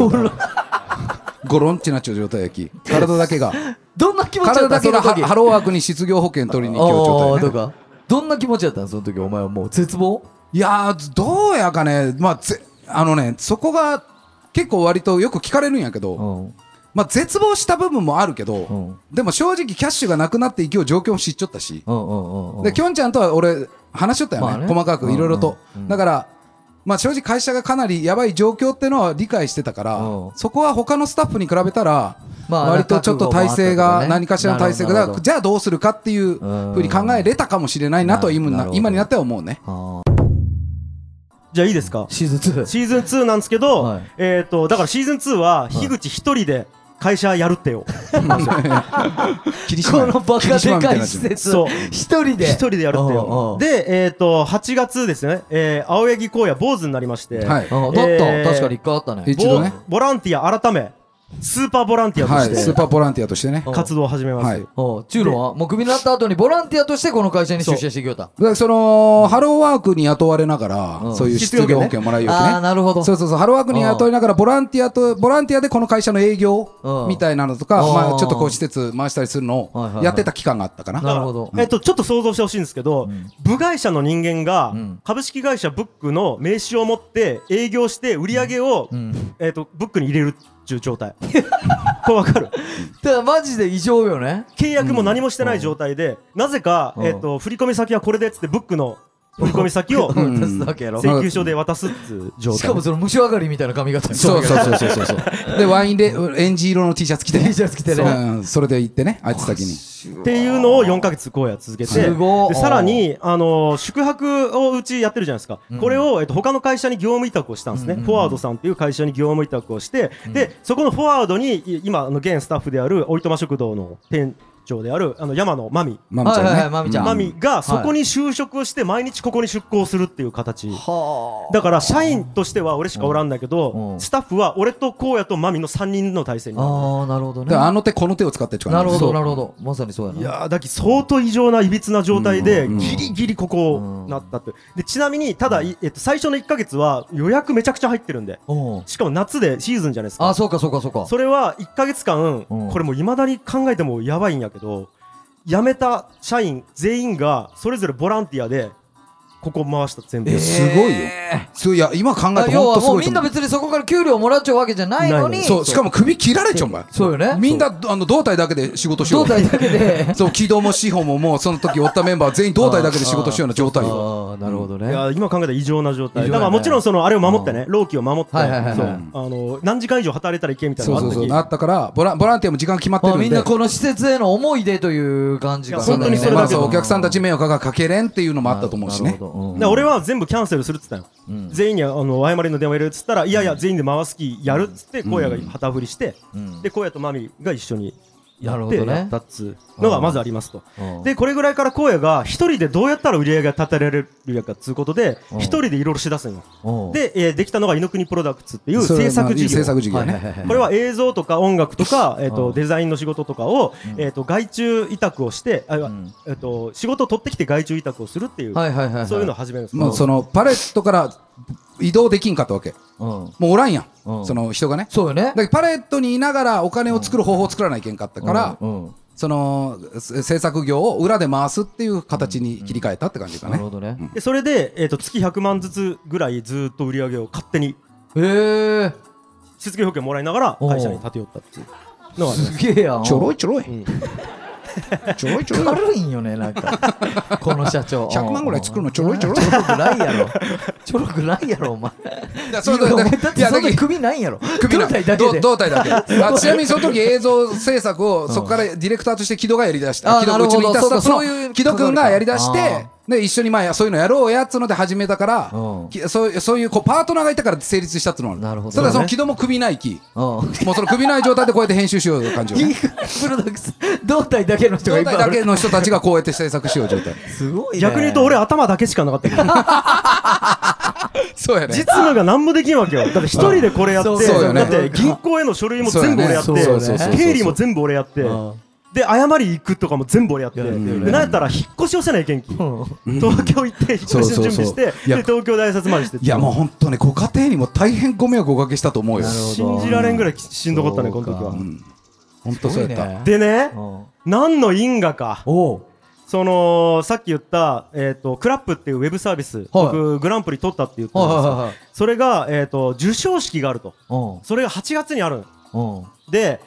ゴロンってなっちゃう状態やき体だけがどんな気持ちや体っただんそけのがハ時ハローワークに失業保険取りに行きようあ状あ態とねかどんな気持ちやったんその時お前はもう絶望いやーどうやかねまあぜあのねそこが結構割とよく聞かれるんやけど、んまあ、絶望した部分もあるけど、んでも正直キャッシュがなくなっていきよう状況を知っちゃったし、うんうんうんできょんちゃんとは俺話しとったよね,、まあね細かくいろいろと、うんうんうんだから、まあ、正直会社がかなりやばい状況ってのは理解してたから、うんそこは他のスタッフに比べたら、まあ割とちょっと体覚悟もあった制とがかね何かしらの体制なるがほどじゃあどうするかっていうふうに考えれたかもしれないなとは今なるなほど今になっては思うね。あじゃあいいですかーシーズン2シーズン2なんですけど、はいえっ、とだからシーズン2は樋口一人で会社やるってよ、霧こ島のバカ霧で島みたかいにないっち施ゃう設そう一人で一人でやるってよででえっ、と8月ですね、えー青柳光也坊主になりまして、はいだった、えー確かに一回あったねえ一度ねボボランティア改めスーパーボランティアとはしい、スーてパーボランティアとしてね。だか活動を始めます、はいおうチューロンはもうクビになった後にボランティアとしてこの会社に出社してきよったらそのハローワークに雇われながら、うんそういう失業保険もらえるよああーね。なるほどそうそうそうハローワークに雇いながらボランティアとボランティアでこの会社の営業うんみたいなのとか、うんまあちょっとこう施設回したりするのはいはいをはいやってた期間があったかな。なるほどえっと、ちょっと想像してほしいんですけど、部外者の人間が、ん株式会社ブックの名刺を持って営業して売り上げを、んえっと、ブックに入れるっていう状態 これわかるだからマジで異常よね契約も何もしてない状態で、なぜか、うんえっと、振込先はこれでっつってブックの振込先をん渡すだけやろ請求書で渡すっつう状態しかもその虫上がりみたいな髪型そうそうそうそうそうそう。でワインでエンジ色の T シャツ着て、 T シャツ着てねうんそれで行ってね、あいつ先に。っていうのを4ヶ月こうや続けてすごいでさらに、あのー宿泊をうちやってるじゃないですか、これを、えっと、他の会社に業務委託をしたんですね、フォワードさんっていう会社に業務委託をして、でそこのフォワードにい今あの現スタッフであるおいとま食堂の店長であるあの山野真美マミちゃんはね。いはいはいマミちゃん真マ美がそこに就職をして毎日ここに出向するっていう形、はだから社員としては俺しかおらんだけうんうどんスタッフは俺と荒野と真美の3人の体制にあなるああなるほどだねからあの手この手を使ってって感じなるほそどうなるほどまさにそうやないやーだき相当異常ないびつな状態でうんギリギリここなったってでちなみにただ、いえっと、最初の1か月は予約めちゃくちゃ入ってるんでおうしかも夏でシーズンじゃないですあかそうかそうかそうかそれは1か月間うんこれもういまだに考えてもやばいんやけど辞めた社員全員がそれぞれボランティアでここ回した全部、えーすごいよそういや今考えたあら要本は当すもうごみいとんな思う。別にそこから給料もらっちゃうわけじゃないのにそうしかも首切られちゃうもん。そうよねみんなあの胴体だけで仕事しよう胴。体だけで そう、軌道も司法ももうその時おったメンバー全員胴体だけで仕事しようような状態よ。ああなるほどねいやー今考えたら異常な状態、異常やねだからもちろんそのあれを守ってね、老期を守って、はいはいはいはいそうあの何時間以上働いたらいけみたいなそのうがそあっうた時そう。なったから、ボラボランティアも時間決まってまるあんで。みんなこの施設への思いでという感じがいや本当にそれだまけだあそうお客さんたち迷惑がかけれんっていうのもあったと思うしねなる。ほどうんで俺は全部キャンセルするっつったよ、全員にあの謝りの電話入れるっつったらいやいや全員で回す気やるっつって荒野が旗振りして、で荒野とマミが一緒にやなるっほてどねやったっつうのがまずありますと、うんでこれぐらいから荒野が一人でどうやったら売り上げが立てられるやかっつうことでうん一人でいろいろしだすんよ、おうで、えーできたのが「イノクニプロダクツ」っていうそれ制作事業制作事業はいはいはいね。これは映像とか音楽とか、えっうとんデザインの仕事とかを、えっと外注委託をしてあ、んえっと仕事を取ってきて外注委託をするっていう、はいはいはいはいそういうのを始めるんですもうそのパレットから移動できんかったわけ。うんもうおらんやん。うんその人がね。そうよねだけどパレットにいながらお金を作る方法を作らないけんかったから、うんうんそのせ制作業を裏で回すっていう形に切り替えたって感じかなねる。ほどねでそれで、えー、と月100万ずつぐらいずっと売り上げを勝手にへえ失業保険もらいながらおー会社に立て寄ったっていうのがありますすげえやんちょろいちょろい。んちょろいちょろい。軽いんよねなん かこの社長100万ぐらい作るのちょろい ちょろいちょろくないやろちょろくないやろお前いやそういやお前だだっいてやそのだけ時首ないやろ首な胴体だけで胴胴体だけ あちなみにその時映像制作をそこからディレクターとして木戸がやりだしたあ木戸なるうちほどにいたスタッフそうかそういうの木戸君がやりだし関わりてかで一緒にまあそういうのやろうやっつので始めたから、うんきそうそういうこうパートナーがいたから成立したっつうのはあなるほどただそそうのね木戸も首ない木うんもうその首ない状態でこうやって編集しよ うという感じよギねーフプロダクツ胴体だけの人がい状っぱい態あだるけの人たちがこうやって制作しよう状態すごいね逆に言うと俺頭だけしかなかっ たけどそうやね実務が何もできんわけよだって一人でこれやって そうそうよねだって銀行への書類も全部俺やってそうよねそうそうそうそう経理も全部俺やってうんで謝り行くとかも全部俺やってやでるよねなんやったら引っ越しをせない元気東京行って引っ越しの準備してでそうそうそういや東京で挨拶回りしていやもう本当ねご家庭にも大変ご迷惑をおかけしたと思うよなるほど信じられんぐらいしんどかったねこそうのか時は本当そうやった、でねお何の因果かおそのさっき言った、えー、とクラップっていうウェブサービス、僕グランプリ取ったって言ったんですよ、はいはいはいはいそれが、えー、と授賞式があるとうんそれが8月にあるのうんで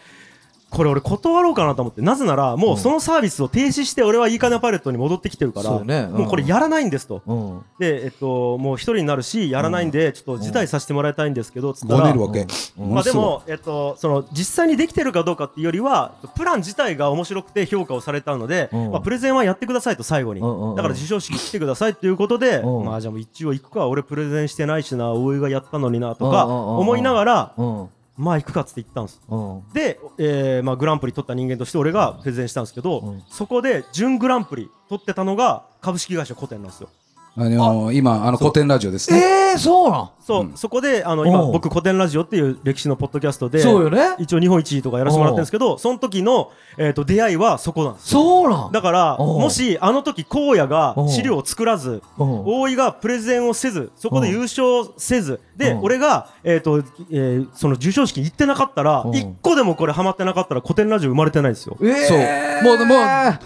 これ俺断ろうかなと思ってなぜならもうそのサービスを停止して俺はいいかなパレットに戻ってきてるからそうねうんもうこれやらないんですとうんでえっともう一人になるしやらないんでちょっと辞退させてもらいたいんですけどつったごらねるわけ、うんまあ、ですごいも、えっと、その実際にできてるかどうかっていうよりはプラン自体が面白くて評価をされたので、うんまあ、プレゼンはやってくださいと最後に、うんうんうんだから授賞式来てくださいということで、うんまあじゃあもう一応行くか俺プレゼンしてないしな大江がやったのになとかうんうんうんうん思いながら、うんまあ行くかっつって行ったんですうんで、えーまあ、グランプリ取った人間として俺がプレゼンしたんですけど、うんそこで準グランプリ取ってたのが株式会社コテンなんですよあのー今あの古典ラジオですねええそうなんそう、そこであの今うん僕コテンラジオっていう歴史のポッドキャストでそうよね一応日本一位とかやらせてもらってるんですけどその時の、えー、と出会いはそこなんですそうなんだからおうもしあの時荒野が資料を作らずうん大井がプレゼンをせずそこで優勝せずでうん俺が、えーとえーその授賞式行ってなかったらうん一個でもこれハマってなかったら古典ラジオ生まれてないんですよ。そうえーもうもう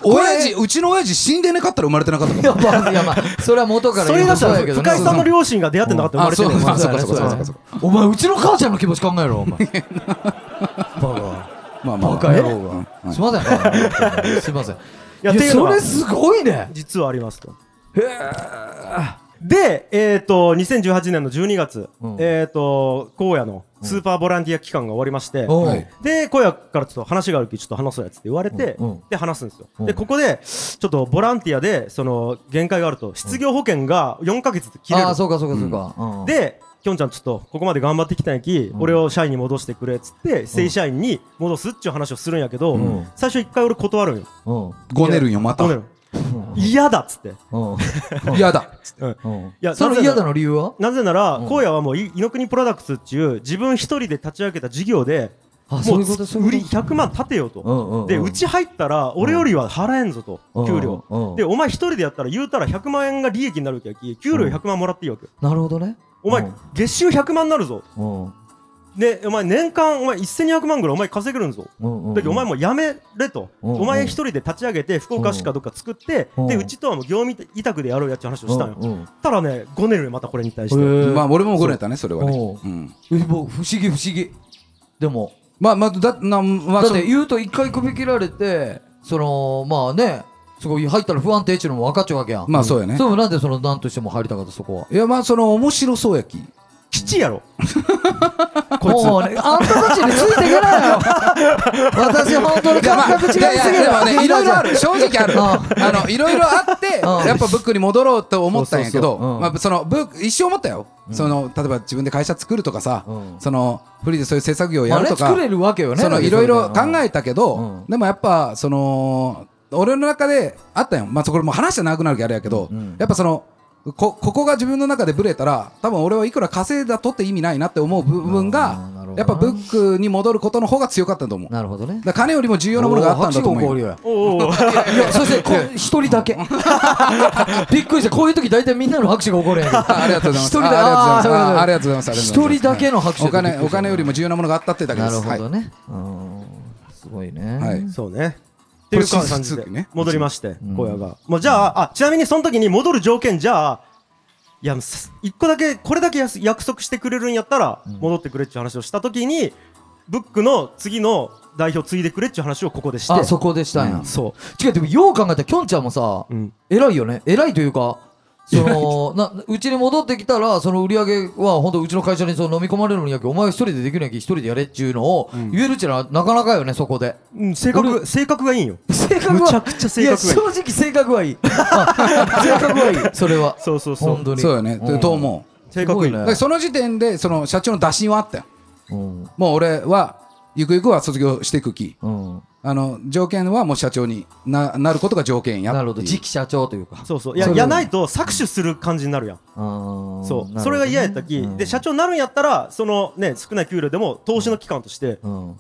親父こうちの親父死んでなかったら生まれてなかったかもれやばいやばいそれは元からそれ言うだとったそうらやけど深井さんの両親が出会ってなかったら生まれてないうんあそうだねそっかそっかそうだねそっかお前うちの母ちゃんの気持ち考えろお前バまあまあバカ野郎はカ すいません本当にすいませんいやっていうのそはれすごいね実はありますと。で、えー、と2018年の12月、うんえー、と荒野のスーパーボランティア期間が終わりまして、おうはいで荒野からちょっと話があるきちょっと話そうやつって言われて、うんうんで話すんですよ、うんでここでちょっとボランティアでその限界があると失業保険が4か月で切れるああそうかそうかそうかうんできょんちゃんちょっとここまで頑張ってきたんやき、ん俺を社員に戻してくれっつって正社員に戻すっちゅう話をするんやけど、うん最初一回俺断るんようんごねるんよまた断る嫌だっつって、うん嫌だうんうんいやその嫌だの理由はなぜなら、うん荒野はもうい猪国プロダクツっていう自分一人で立ち上げた事業であもそうういうことそう売いりうこ100万立てよとと、うんうんうんでうち入ったら俺よりは払えんぞと、うん給料、うんでお前一人でやったら言うたら100万円が利益になるわけやき給料100万もらっていいわけよ、なるほどねお前、うん月収100万になるぞうんでお前年間お前1200万ぐらいお前稼げるんぞうんうんだけどお前もうやめれと、うんうんお前一人で立ち上げて福岡市かどっか作って、うんでうちとはもう業務委託でやろうやって話をしたんよ、うんうんたらね5年よまたこれに対して、へえまあ俺もごねたねそれはねおううんえもう不思議不思議でもまあまあだなまだあっそのて言うと一回首切られてそのまあねすごい入ったら不安定っちゅうのも分かっちゃうわけやんまあそうやねそうなんでその何としても入りたかったそこはいやまあその面白そう やき基地やろこいつもうねあんたたちについていけないよ 私本当に感覚違いすぎいやいやるでもねいろいろ ある正直あるうんあのいろいろあってうんやっぱブックに戻ろうと思ったんやけそうそうそううどんまあそのブック一生思ったよその例えば自分で会社作るとかさうんそのフリーでそういう制作業やあるれとか作れるわけよねそのいろいろ考えてたけど、うんでもやっぱその俺の中であったよ、まあ、そこれもう話じゃ長くなるけどあれやけど、うんうんやっぱそのこここが自分の中でブレたら多分俺はいくら稼いだとって意味ないなって思う部分うんながるほどやっぱブックに戻ることの方が強かったと思うだなるほどねから金よりも重要なものがあったんだと思おー拍手が起こうるよよおうおういやそしてこう一人 だけびっくりしたこういう時大体みんなの拍手が起こるんやけどあありがとうございます一人だあああーありがとうございますあありがとうござい一ます人だけの拍手お金お金よりも重要なものがあったってだけでなするほはどいね、うんすごいね、はいそうね。ってこいれう感じシーズン2でってね戻りまして、うん小屋が。もうじゃあ、あ、ちなみにその時に戻る条件じゃあ、いや、す一個だけ、これだけやす約束してくれるんやったら、戻ってくれっていう話をした時に、ブックの次の代表継いでくれっていう話をここでして。あそこでしたんや、そ違うでもよう考えたらきょんちゃんもさ、う。うん。偉いよね偉いというかそのなうちに戻ってきたらその売り上げは本当うちの会社にその飲み込まれるんやけお前は一人でできるんやけ一人でやれっちゅうのを言えるっちゅうのはなかなかよねそこで。うん、性格性格がいいんよ性格はむちゃくちゃ性格がいやい正直性格 はいいあ性格はいいそれはそうそうそう本当にそうよね、んと思う性格いすごいいだねからその時点でその社長の打診はあったようんもう俺はゆくゆくは卒業していく気うんあの条件はもう社長にななることが条件やっていなうるほど次期社長というかそうそういやそれいやないと搾取する感じになるやんうんそうそれが嫌やったき、で社長長になるんやったらそのね少ない給料でも投資の期間としてうん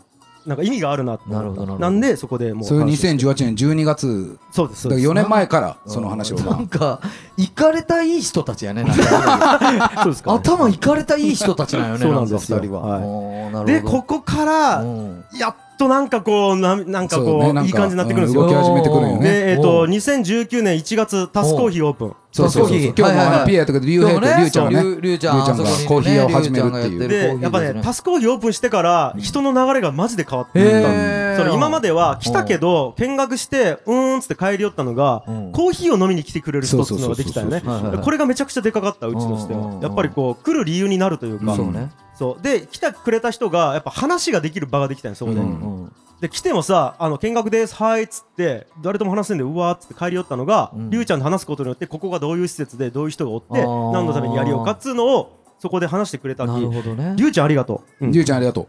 なんか意味があるなって思っなたるほどなるほどんでそこでもうそういう話を2018年12月そうですそうだからです4年前からその話をなまんか行かれたいい人たちや ねなんかそうですか、頭行かれたいい人たちなんよねそうなんですよか二人ははいおーなでるほこどこからうんやっとなんかこうななんあかこうねなんいい感じになってくるんですうよ、動き始めてくるんよねでえっ、とおう2019年1月タスコーヒーオープンそうそうそうコーヒー今日もはいはいあはのいピエとかでリュウヘイと今日もねリュウちゃんねそうリュウリュウちゃんリュウちゃんがあそこにねコーヒーを始めるってリュウちゃんがやってるいうでコーヒーやっぱですねねタスコーヒーオープンしてから人の流れがマジで変わった、へーその今までは来たけど見学してうーんっつって帰り寄ったのが、うんコーヒーを飲みに来てくれる人っていうのができたよねそうそうそうそうはいはいはいこれがめちゃくちゃでかかったうちとしてうんうんうんうはんやっぱりこう来る理由になるというか、そうねそうで来てくれた人がやっぱ話ができる場ができたんよそこで、うんうんで来てもさあの見学ですはいっつって誰とも話せんでうわーっつって帰り寄ったのが、うんりゅうちゃんと話すことによってここがどういう施設でどういう人がおってあー何のためにやりようかっつうのをそこで話してくれたきなるほどねりゅうちゃんありがとう、うんリュウちゃんありがと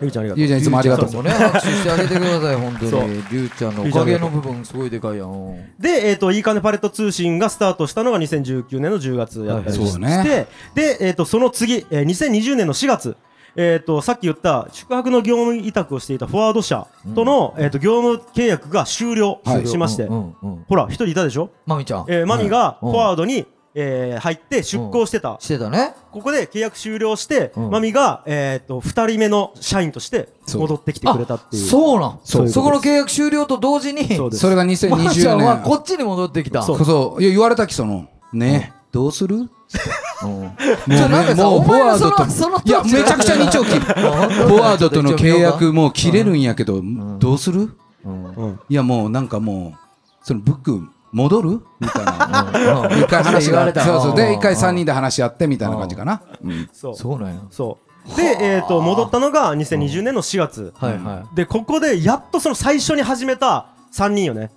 うりゅうちゃんありがとリうュウちゃんいつもありがとうりゅうちゃんもね拍手してあげてください本当そうにりゅうちゃんのおかげの部分すごいでかいやんで、えっ、と、いいかねパレット通信がスタートしたのが2019年の10月やったりはいしそて、うねで、えっ、と、その次、えー2020年の4月、えっ、と、さっき言った宿泊の業務委託をしていたフォワード社との、えっ、と、業務契約が終了はいしまして、うんうんうんほら、一人いたでしょまみちゃんえーマミがうフんォワードに、えー入って出向してた。してたねここで契約終了して、うんマミが、えっ、と、二人目の社員として戻ってきてくれたっていう。そうなんそうそいうことでこのす契約終了と同時にそうですそれがまみちゃ2020んはこ年っちに戻ってきたそうそういや言われたきそのねどうするうんもうじゃあなんねかさもうおフォ前のワードとそのそのいや立場めちゃくちゃ 二丁切る本フ当だォワードとの契約もう切れるんやけどどうするうんうんうん。いやもうなんかもうそのブック戻るみたいな一一回話があってそうそうで一回三三人で話し合ってみたいな感じかなうんそう。そうなんやそう。で、えっ、と、戻ったのが2020年の4月。はいはで、ここでやっとその最初に始めた3人よね。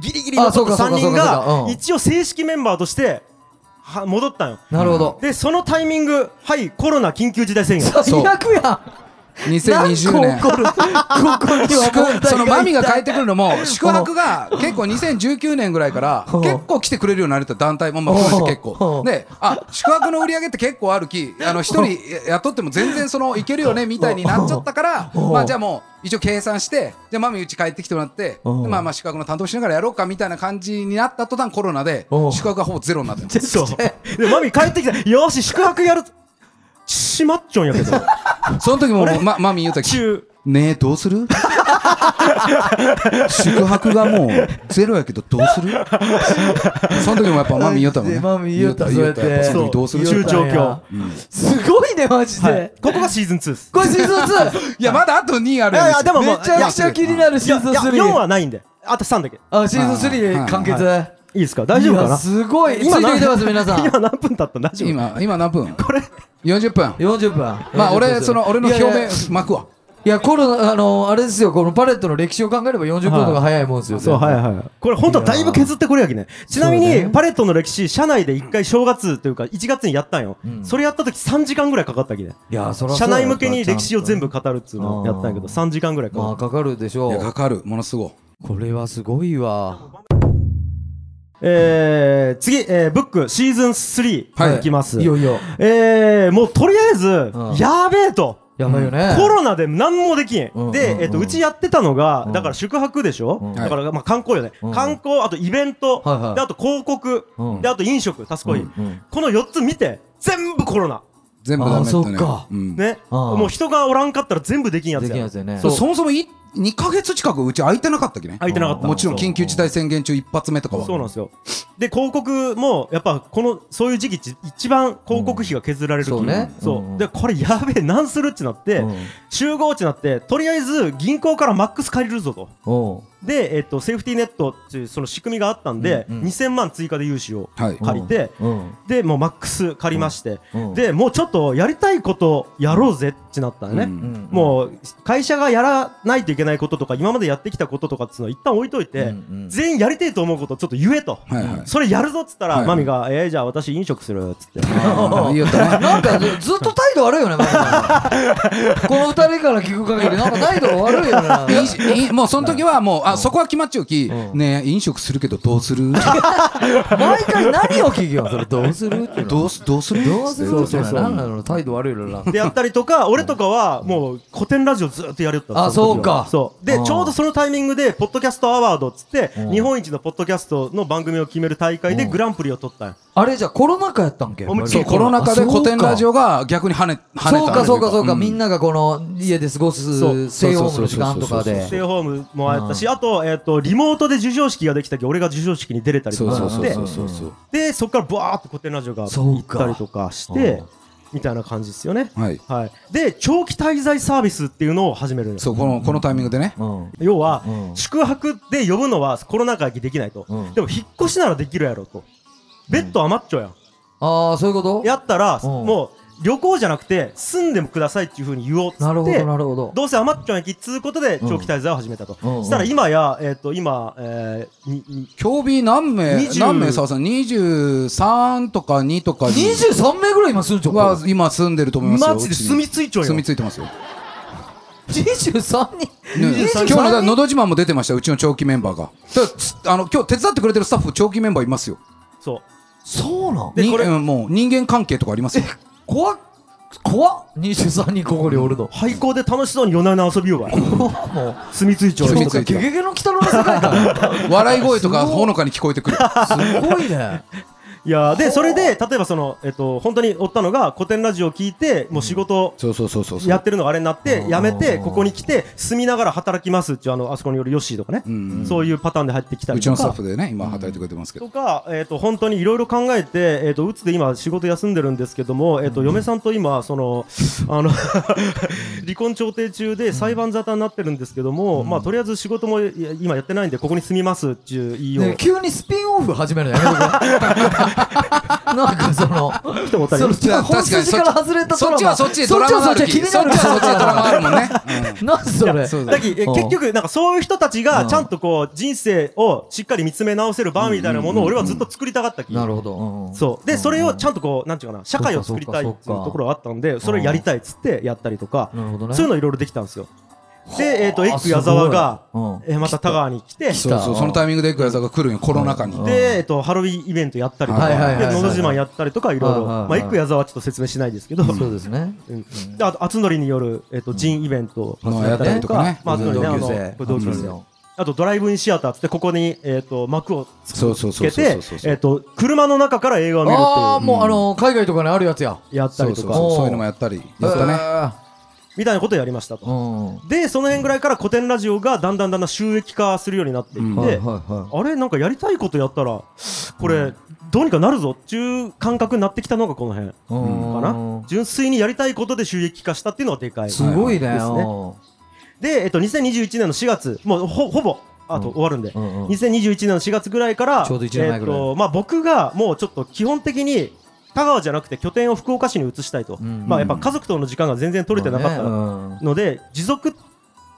いギリギリ残あそうっかそたうか3人そうかそうかがうん一応正式メンバーとしては戻ったんよ。うんなるほどで、そのタイミング、はい、コロナ緊急事態宣言。そう最悪やん2020何年個起こるここには問題そのマミが帰っててくるのも宿泊が結構2019年ぐらいからうん結構来てくれるようになれた団体もまあ含めて結う構んであ宿泊の売り上げって結構あるきあの一 人雇っても全然そのいけるよねみたいになっちゃったからうんまあじゃあもう一応計算してじゃあマミうち帰ってきてもらってうんまあまあ宿泊の担当しながらやろうかみたいな感じになった途端コロナでうん宿泊がほぼゼロになっ てますそう。で、マミ帰ってきた。よーし、宿泊やる。しまっちょんやけ ど。その時もまマミ言うたき中。ねえどう する宿泊がもうゼロやけどどうするその時もやっぱマミ言うたもんねでマミ言うた言うたそうやってやっぱその時どうするそう中長距すごいねマジはいで。ここがシーズン2です。これ シーズン 2! いやまだあと2あるいやいやでももうめちゃくちゃ気になるシーズンいや、 3 4はないんで。あと3だけ。いあシーズン3完結、いですか大丈夫かいやなすごいつ今いて何きてます皆さ ん今何分経ったん大丈夫今今何分これ40分40分まあ俺その俺の表いやい面や巻くわいやコロナあのあれですよこのパレットの歴史を考えれば40分とか早いもんですよそうはいいはいこれ本当はだいぶ削ってこれやきねちなみそうにねパレットの歴史社内で一回正月というか1月にやったんよんそれやった時3時間ぐらいかかったきねいやそらそう社や内向けに歴史を全部ちゃん語るっつうのやったんやけどあ3時間ぐらいとまかあかるかかるでしいょやうかかるものすごこれはすごいわえー次えーブックシーズンはい3いきますいよいよえーもうとりあえずうんやべえとやばいよねコロナで何もできんうん。で、うんえっと、うちやってたのがう、んだから宿泊でしうょんだから、まあ観光よねう。ん観光、あとイベントはいは、いで、あと広告うん、で、あと飲食、タスコうイんうんこの4つ見て、全部コロナ。い全部ダメだったあーそねっかうんね。ああもう人がおらんかったら全部できんやつできんややつよねそうそもそもい2ヶ月近くうち空いてなかったっけね空いてなかったもちろん緊急事態宣言中一発目とかはそうなんですよで広告もやっぱこのそういう時期ち一番広告費が削られる期うんそうねそううんうんでこれやべえなんするってなって、うん集合ってなってとりあえず銀行からマックス借りるぞとおうで、えっとセーフティーネットっていうその仕組みがあったんで、うんうん2000万追加で融資をはい借りて、うんでもうマックス借りまして、うんでもうちょっとやりたいことやろうぜってなったんうね、んうんもう会社がやらないといけないこととか今までやってきたこととかっていうのは一旦置いといて、うんうん全員やりてえと思うことをちょっと言えと、はいはいそれやるぞっつったら、はいマミが「えー、じゃあ私飲食する」っつ ってあー言いよったな なんかずずっと態度悪いよね、マジでこの二人から聞く限り、なんか態度悪いよね。飲酒飲もうその時はもう、あそこは決まっちゃうき、ねえ飲食するけどどうする毎回何を聞くよ、それどうするっていうの。どうすどうするどうするそうってそうそうなんなの態度悪いのな。でやったりとか俺とかはもう古典ラジオずっとやりよったのあの時はそうかそうでうんちょうどそのタイミングでポッドキャストアワードっつってうん日本一のポッドキャストの番組を決める大会でうんグランプリを取ったんよあれじゃあコロナ禍やったんけ思いっきりそうコロナ禍で古典ラジオオが逆に跳ね跳そねたうかそうかそうか、みんなながこの家で過ごそうすステイホームの時間とかでステイホームもあったしあとえっとリモートで授賞式ができたけど俺が授賞式に出れたりとそうかそあっうそうてそうそうそうでそっからバーっと古典ラジオがそ行うっかたりとかしてみたいな感じですよねはいはいで長期滞在サービスっていうのを始めるんですそうこのこのタイミングでねうん要は、うん宿泊で呼ぶのはコロナ禍やきできないと、うんでも引っ越しならできるやろとベッド余っちゃうやん、ああそういうことやったら、うんもう旅行じゃなくて住んでもくださいっていうふうに言おうっつってなるほどなるほどどうせ余っちゃうやきっつうことで長期滞在を始めたと、うんうんしたら今や、えっと今、えーにに競技何名20何名沢さん23とか2とかに23名ぐらい今すんちょはこ今住んでると思いますよマジで住み着いちゃう住よみ着いてますよ、ね、 23人今23日のだからのど自慢も出てましたうちの長期メンバーがただつあの今日手伝ってくれてるスタッフ長期メンバーいますよ そそうなんでにこれうんもう人間関係とかありますよ怖っ怖っ23人ここにおるの う廃校で楽しそうに夜な夜な遊びようわもう住み着いちゃう住よみ着いゲてるゲゲの鬼太郎の世界観笑い声とかすごいほのかに聞こえてくるすごいねいやーでそれで例えばその、えっと本当におったのが古典ラジオを聞いてもう仕事そうそうそうそうそうやってるのがあれになってうんやめてここに来て住みながら働きますっていうあのあそこによるヨッシーとかねうんそういうパターンで入ってきたうりちとのスタッかフでね今働いてくれてますけどとかえっと本当にいろいろ考えてえっとうつで今仕事休んでるんですけどもえっと嫁さんと今そのあの 離婚調停中で裁判沙汰になってるんですけどもまあとりあえず仕事もいや今やってないんでここに住みますっていう言いよねう急にスピンオフ始めるのやめとく なんかその一言ありそのいや本筋から外外れたドラそマっちはそっちでドラマがあるそっきちはそそっちでっち気になるはそっちでドラマあるもんね、う んなんそれそうだだきえうん結局なんかそういう人たちがうんちゃんとこう人生をしっかり見つめ直せる場みたいなものを俺はずっと作りたかったきなるほどうんうんそうでそれをちゃんとこうなんていうかな社会を作りたいっていそううかそうかところがあったんでそれをやりたいっつってやったりとかなるほどねそういうのいろいろできたんですよでえっとエはあッグ矢沢がすごいうんえーまた田川に来てそうそうそのタイミングでエクヤザが来るんよコロナ禍に、うんでえっとハロウィンイベントやったりとはいはいはいかはいでのど自慢やったりとかいろいはろいはいはいまあエッグ矢沢はちょっと説明しないですけどそうですねうんであと厚則によるえっとジンイベントのやったりとかねまあ、うん厚則ねあ同の級こ生れ同級生うんあとドライブインシアターっつってここにえっと幕をそうそうつそけうそうてそうそうえっと車の中から映画を見るああっもうあの海外とかにあるやつやていうやったそりうとそうかそうそういうのもやったりやったねみたいなことをやりましたとう。んはでその辺ぐらいから古典ラジオがだんだんだんだん収益化するようになっていって、うんいはいはあれなんかやりたいことやったらこれどうにかなるぞっていう感覚になってきたのがこの辺かいうんな純粋にやりたいことで収益化したっていうのはでかいすごいねですねで、えっと、2021年の4月もうほほぼあと終わるんで、うんうんうん2021年の4月ぐらいからちょうど一年前ぐらいえっとまあ、僕がもうちょっと基本的に田川じゃなくて拠点を福岡市に移したいと、うんまあ、やっぱ家族との時間が全然取れてなかったうんので持続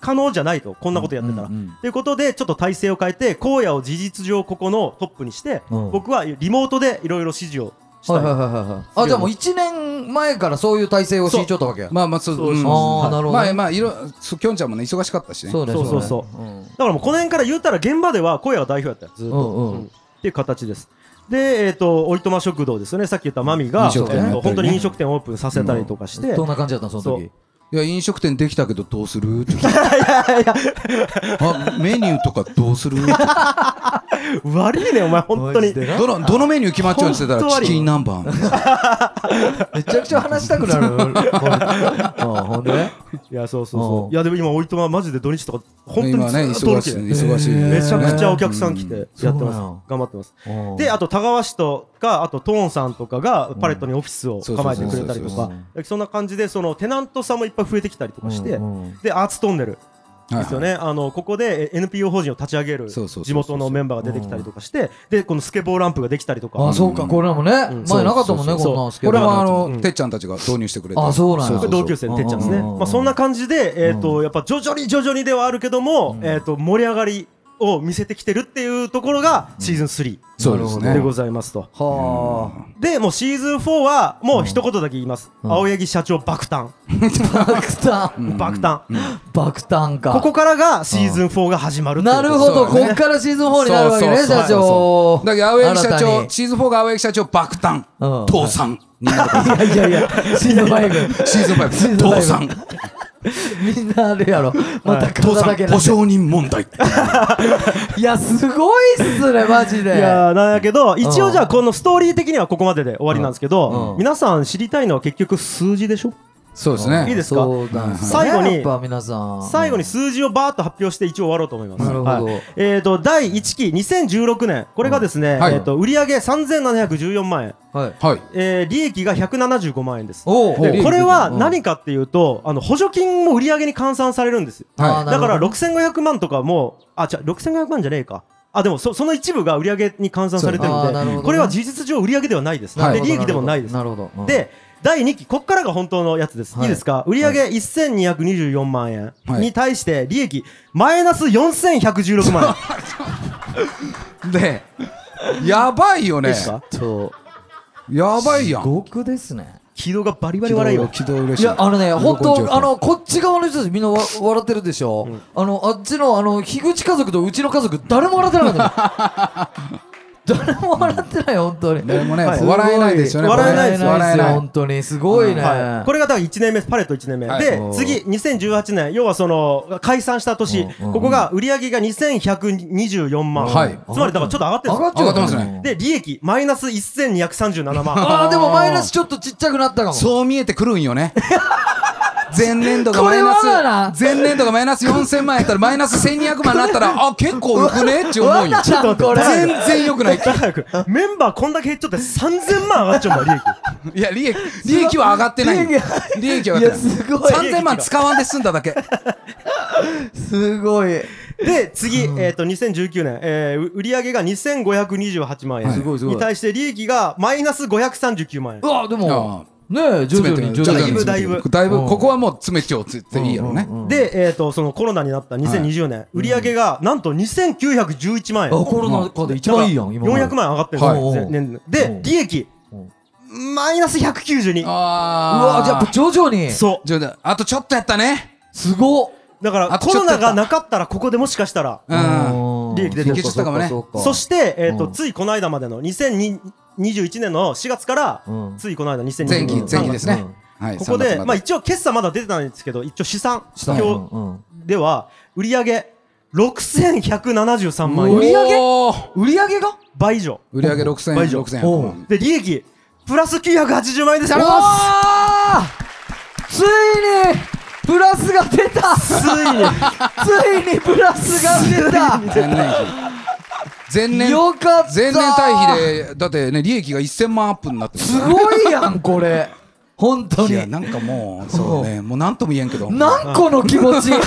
可能じゃないとこんなことやってたら。うんうんということでちょっと体制を変えて荒野を事実上ここのトップにして、うん僕はリモートでいろいろ指示をしたい、はいはいはいはいはいあじゃあもう1年前からそういう体制を敷いちょったわけやまあまあそうそううんそうあーなるほどねまあまあいろそうきょんちゃんもね忙しかったしねそうねそうそうそうだからもうこの辺から言うたら現場では荒野が代表やったよずっと、うんうんっていう形ですでえっ、とおいとま食堂ですよねさっき言ったマミが、飲食店えーやったりと本ね当に飲食店をオープンさせたりとかして、うんどんな感じだったのそのそ時ういや飲食店できたけどどうするってあメニューとかどうする悪いね、お前、本当マにジ。でなどのどのメニュー決まっちゃうんですよだか本当ら悪いチキン南蛮めちゃくちゃ話したくなるう んほんでいや、そうそううそんう。いや、でも今、おいとま、マジで土日とか、本当に今ねずっと忙ロしケい忙しいへーめちゃくちゃおね客さん来てやってそうまなす。の頑張ってます。うんで、あと、田川市とか、あと、トーンさんとかが、パレットにオフィスを構えてくれたりとそうそうそうかそうそう、でそんな感じで、その、テナントさんもいっぱい増えてきたりとかして、うんうんで、アーツトンネル。はでいすよね、あのここでえ NPO 法人を立ち上げるそうそうそうそう地元のメンバーが出てきたりとかして、でこのスケボーランプができたりとか、あそうかこれらもねん前なかったもんねそうそうそうこんなんすけどこれはうあのんてっちゃんたちが導入してくれてあそうなんやこれ同級生のてっちゃんですね、うんうんうんうんまあ、そんな感じで、えーとやっぱ徐々に徐々にではあるけども、えー、と盛り上がりを見せてきてるっていうところがシーズン3そうですなねでございますと。はでもうシーズン4はもう一言だけ言います、青柳社長爆誕あ爆誕爆誕、爆誕かここからがシーズン4が始まるっていうなることですほど、そうだねこっからシーズン4になるわけね、そうそうそう社長。だけど青柳社長新シーズン4が青柳社長爆誕うん 倒産になるたにいやいやいや、シーズン5。シーズンシーズンファイ5ブ倒産みんなあるやろ。また体倒だ産けな保んて証人問題いや、すごいっすね、マジで。いやーなんやけど一応じゃあこのストーリー的にはここまでで終わりなんですけうんうどん皆さん知りたいのは結局数字でしょそうですいいねですかそうなんすね最後にやっぱ皆さん。最後に数字をバーッと発表して一応終わろうと思いますなるほどはいえーと第1期2016年これがですねんはいえーと売上3714万円はい。はいえー利益が175万円ですおうでこれはうん何かっていうとあの補助金も売上に換算されるんですよあーなだるほかどら6500万とかもあじゃ6500万じゃねえかあでもそその一部が売上に換算されてるそうあーんなるでほどねこれは事実上売上ではないです、はいで利益でもないですなるほど。うん、で第2期ここからが本当のやつです、はいい、いですか売上1224万円はいに対して利益マイナス4116万円、でやばいよいいねですかちょっと、やばいやんごくですね。軌道がバリバリ笑いよ軌道嬉しいいや、あのね、本喜んじゃ当うあの、こっち側の人たちみんなわ笑ってるでしょ。あの、あっちの、あの、樋口家族とうちの家族、誰も笑ってなか ったの。誰も笑ってない、本当に。でもねはい笑えないですよね笑えないですこれね笑えない本当に。すごいね。はい、これがだから1年目パレット1年目、はいでおー次2018年要はその解散した年、うんうんここが売上が2124万、はいつまりだからちょっと上がってるんですよ上がってますねで利益マイナス1237万ああー、でもマイナスちょっとちっちゃくなったかも。そう見えてくるん よね。前年度がこマれイはだナなス、前年度がマイナス4000万やったら、マイナス1200万になっ たら、あ、結構よくねって思うよ。ちょっとこれ。全然よくない。早くメンバーこんだけ減っちゃって3000万上がっちゃうんだ利益いや、利益、利益は上がってない。利益は利益は上がっていやすごいない。3000万使わんで済んだだけ。すごい。で、次、えっと、2019年、えー、売上が2528万円。すごいすごいに対して利益がマイナス539万円う。わ、でも、ねえ、徐々詰めに徐てだ々いにぶ、。だだいいぶぶ、だいぶ、うんここはもう詰めちゃおうって言っていいやろうね。で、えっと、そのコロナになった2020年、売上がなんと2911万あ、円。コロナ禍で一番いいやん、今まで。 400万円上がってるんですはいよ年々。うでん、利益、マイナス192。うわあ、ーじゃあ、徐々に。そう。じゃあ、あとちょっとやったね。すごっ。だから、あコロナがなかったら、ここでもしかしたら、うん。利益出てるそうかそうそして、えっと、うんついこの間までの2021年の4月からうん、ついこの間2020前期、年の前期ですね。はい、ここ3月で、ままあ、一応決算まだ出てないんですけど、一応試算うん表では、売上6173万売円、り上げおー売り上げが倍以上。売り上げ6000倍以上6000おうで、利益、プラス980万円です。ありがとうございあついにプラスが出 たます。ついにプラスが出前年た比前年よかった前年対比でだってね利益が1000万アップになってるすごいやんこれ本当いやになんかもうそうねもう何とも言えんけど何個の気持ち何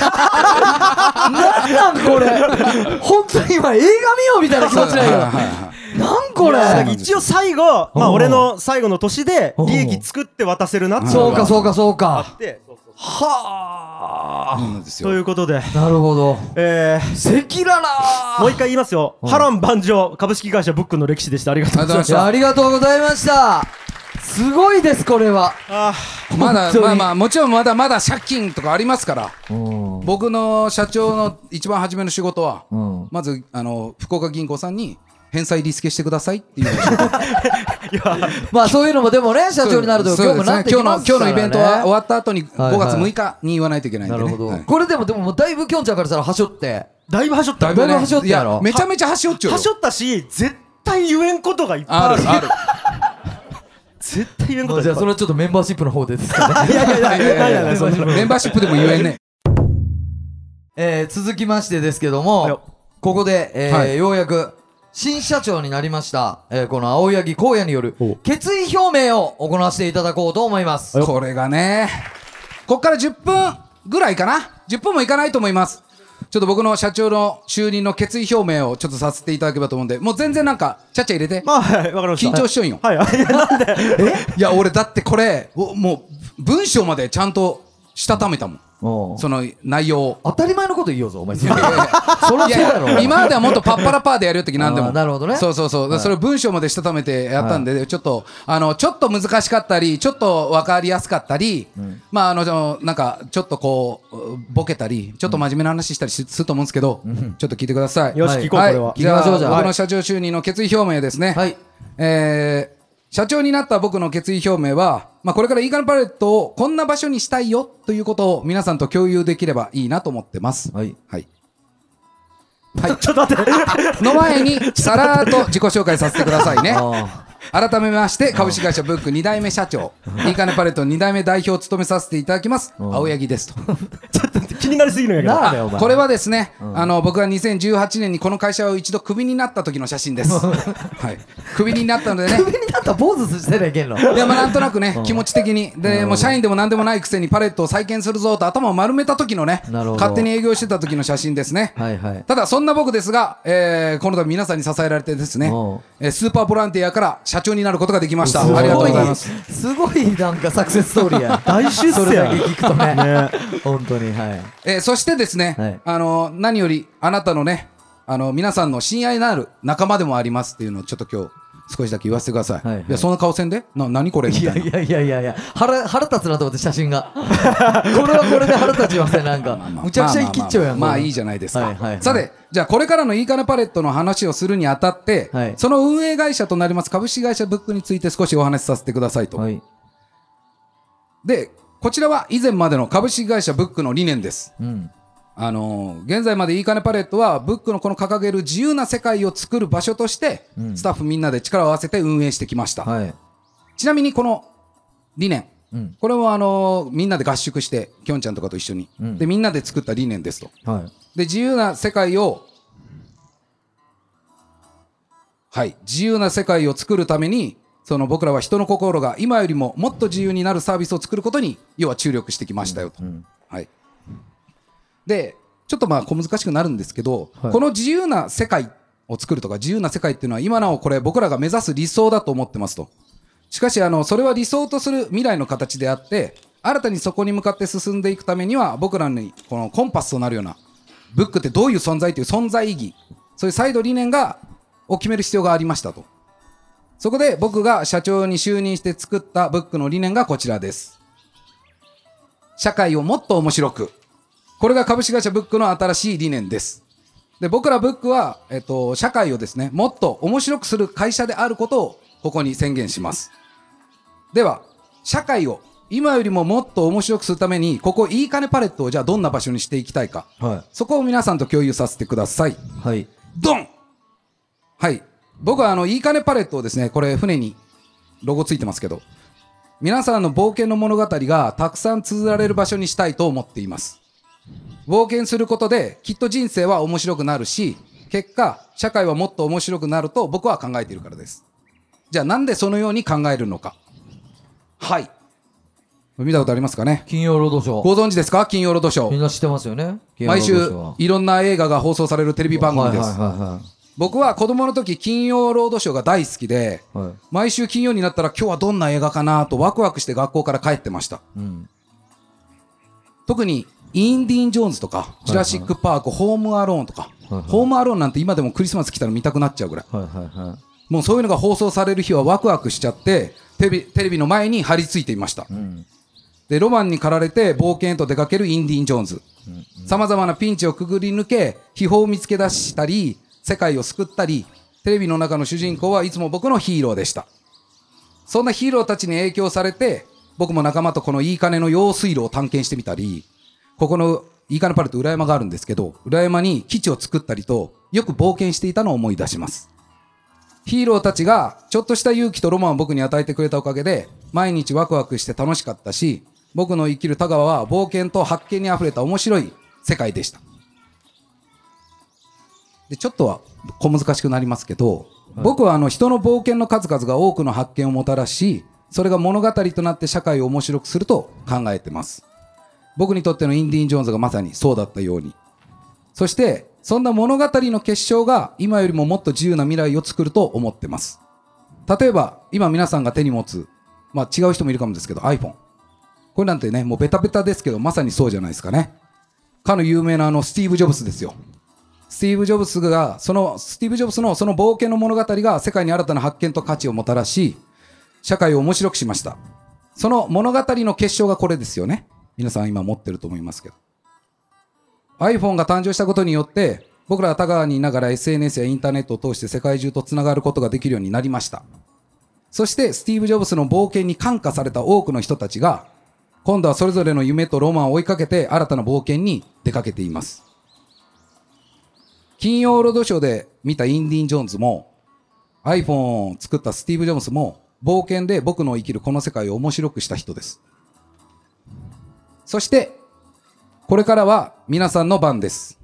なんこれ本当に今映画見ようみたいな気持ちだよはいはいはい何これついに。一応最後、まあ、おう俺の最後の年でおう、利益作って渡せるなっていのそうがかそうかそうあかって、そうそうはあそうなんですといようことで、なるほどえー赤裸もう々一回言いますよ。波乱万丈、株式会社ブックの歴史でした。ありがとうございまありがとうございましいやありがとうございましたすごいですこれはた。あーま本だ当にまあまあもちろんまだまだ借金とかありますからうん僕の社長の一番初めの仕事はうんまずあの福岡銀行さんに返済リスケしてくださいっていういや、まあそういうのもでもね社長になると業務になってきそうでますねす今から日の今日のねイベントは終わった後に5はいはい月6日に言わないといけないんなでるねほどはいこれでもでももうだいぶきょんちゃんからしたらはしょってだいぶはしょったよだいぶねだいぶ端折ったやろいめちゃめちゃ端折っちゅうよはしょったし絶対言えんことがいっぱいああるるある絶対言えんことあがじいゃあっそぱいあるれはちょっとメンバーシップの方ですかいやいやいやいやいやいやそんなメンバーシップでも言えんね えー続きましてですけどはいもここで、えーはいようやく新社長になりました、えーこの青柳光也によるお決意表明を行わせていただこうと思いますこれがねこっから10分ぐらいかな10分もいかないと思いますちょっと僕の社長の就任の決意表明をちょっとさせていただければと思うんでもう全然なんかちゃっちゃ入れてまあはいわかりました緊張しよんよはい はいいやなんでいや俺だってこれおもう文章までちゃんとしたためたもんおうその内容 を当たり前のこと言おうぞお前そりいやいやゃそういやだろ今まではもっとパッパラパーでやるよ時なんであもーなるほどねそうそうそう、それを文章までしたためてやったんで、ちょっとあのちょっと難しかったりちょっと分かりやすかったり、まああのそのなんかちょっとこううボケたりちょっと真面目な話したりしすると思うんですけど、ちょっと聞いてくださいよしはい聞こうこれは聞きましょうじゃあ僕はのい社長就任の決意表明ですね。はいえー社長になった僕の決意表明は、まあ、これからイーガンパレットをこんな場所にしたいよということを皆さんと共有できればいいなと思ってます。はい。はい。ちょっと待っての前に、さらーっと自己紹介させてくださいね。あ改めまして、株式会社ブック2代目社長、イーカネパレット2代目代表を務めさせていただきます、青柳ですと。ちょっと待って気になりすぎるんやけどなああこれはですね、あの僕が2018年にこの会社を一度クビになった時の写真です。はい、クビに なったのでねー、首になったら坊主してないけんのいやまあなんとなくね、気持ち的に、でもう社員でもなんでもないくせに、パレットを再建するぞと頭を丸めた時のね、なるほど勝手に営業してた時の写真ですね。はいはいただ、そんな僕ですが、えーこの度皆さんに支えられてですねおう、えースーパーボランティアから社長になることができました。すごいありがとうございます。すごいなんかサクセスストーリーや大出そ世れやだけ聞くとね本当にはいえーそしてですね、はいあの何よりあなたのね、あの皆さんの親愛なる仲間でもありますっていうのをちょっと今日少しだけ言わせてください。はいいはいやそんな顔せんで、な何これみたいいなや。いやいやいやいや腹腹立つなと思って写真が これはこれで腹立ちませんなんかむちゃくちゃ切っちゃうやんまあこまあまあまあまあれいいじゃないですか、はいはいはいさてじゃあこれからのいいかねパレットの話をするにあたって、はいその運営会社となります株式会社ブックについて少しお話しさせてくださいと、はいでこちらは以前までの株式会社ブックの理念ですうんあのー現在までいいかねパレットはブックのこの掲げる自由な世界を作る場所として、うんスタッフみんなで力を合わせて運営してきました、はいちなみにこの理念うんこれもあのーみんなで合宿してきょんちゃんとかと一緒に、うんでみんなで作った理念ですとはいで自由な世界をはい自由な世界を作るためにその僕らは人の心が今よりももっと自由になるサービスを作ることに要は注力してきましたよと、んはい、でちょっとまあ小難しくなるんですけど、はいこの自由な世界を作るとか自由な世界っていうのは今なおこれ僕らが目指す理想だと思ってますとしかしあのそれは理想とする未来の形であって新たにそこに向かって進んでいくためには僕らにこのコンパスとなるようなブックってどういう存在という存在意義そういう再度理念がを決める必要がありましたとそこで僕が社長に就任して作ったブックの理念がこちらです社会をもっと面白くこれが株式会社ブックの新しい理念ですで僕らブックは、えっと、社会をですねもっと面白くする会社であることをここに宣言しますでは社会を今よりももっと面白くするためにここいい金パレットをじゃあどんな場所にしていきたいかはそこを皆さんと共有させてください。いはいドンはい。僕はあの、いいかねパレットをですね、これ船にロゴついてますけど、皆さんの冒険の物語がたくさん綴られる場所にしたいと思っています。冒険することできっと人生は面白くなるし、結果、社会はもっと面白くなると僕は考えているからです。じゃあなんでそのように考えるのか。はい。見たことありますかね金曜ロードショーご存知ですか金曜ロードショーみん。な知ってますよね金曜ロー毎ドシ週ョーはいろんな映画が放送されるテレビ番組です、はいはいは僕は子供の時金曜ロードショーが大好きでいはい毎週金曜になったら今日はどんな映画かなとワクワクして学校から帰ってましたうん特にインディーン・ジョーンズとかジュラシック・パーク、ホーム・アローンとか、いはいホーム・アローンなんて今でもクリスマス来たら見たくなっちゃうぐらいはいはいはいもうそういうのが放送される日はワクワクしちゃってテレビテレビの前に張り付いていました、んでロマンに駆られて冒険へと出かけるインディーン・ジョーンズさまざまなピンチをくぐり抜け秘宝を見つけ出したり世界を救ったりテレビの中の主人公はいつも僕のヒーローでしたそんなヒーローたちに影響されて僕も仲間とこのいい金の用水路を探検してみたりここのイカナパルト裏山があるんですけど、裏山に基地を作ったりと、よく冒険していたのを思い出します。ヒーローたちが、ちょっとした勇気とロマンを僕に与えてくれたおかげで、毎日ワクワクして楽しかったし、僕の生きる田川は冒険と発見に溢れた面白い世界でした。で、ちょっとは小難しくなりますけど、僕はあの人の冒険の数々が多くの発見をもたらし、それが物語となって社会を面白くすると考えてます。僕にとってのインディ・ーン・ジョーンズがまさにそうだったように。そして、そんな物語の結晶が今よりももっと自由な未来を作ると思ってます。例えば、今皆さんが手に持つ、まあ違う人もいるかもですけど iPhone。これなんてね、もうベタベタですけど、まさにそうじゃないですかね。かの有名なあのスティーブ・ジョブスですよ。スティーブ・ジョブスが、その、スティーブ・ジョブスのその冒険の物語が世界に新たな発見と価値をもたらし、社会を面白くしました。その物語の結晶がこれですよね。皆さん今持ってると思いますけど。iPhone が誕生したことによって、僕らは田川にいながら SNS やインターネットを通して世界中とつながることができるようになりました。そしてスティーブ・ジョブスの冒険に感化された多くの人たちが、今度はそれぞれの夢とロマンを追いかけて新たな冒険に出かけています。金曜ロードショーで見たインディ・ーン・ジョーンズも、iPhone を作ったスティーブ・ジョブスも、冒険で僕の生きるこの世界を面白くした人です。そして、これからは皆さんの番です。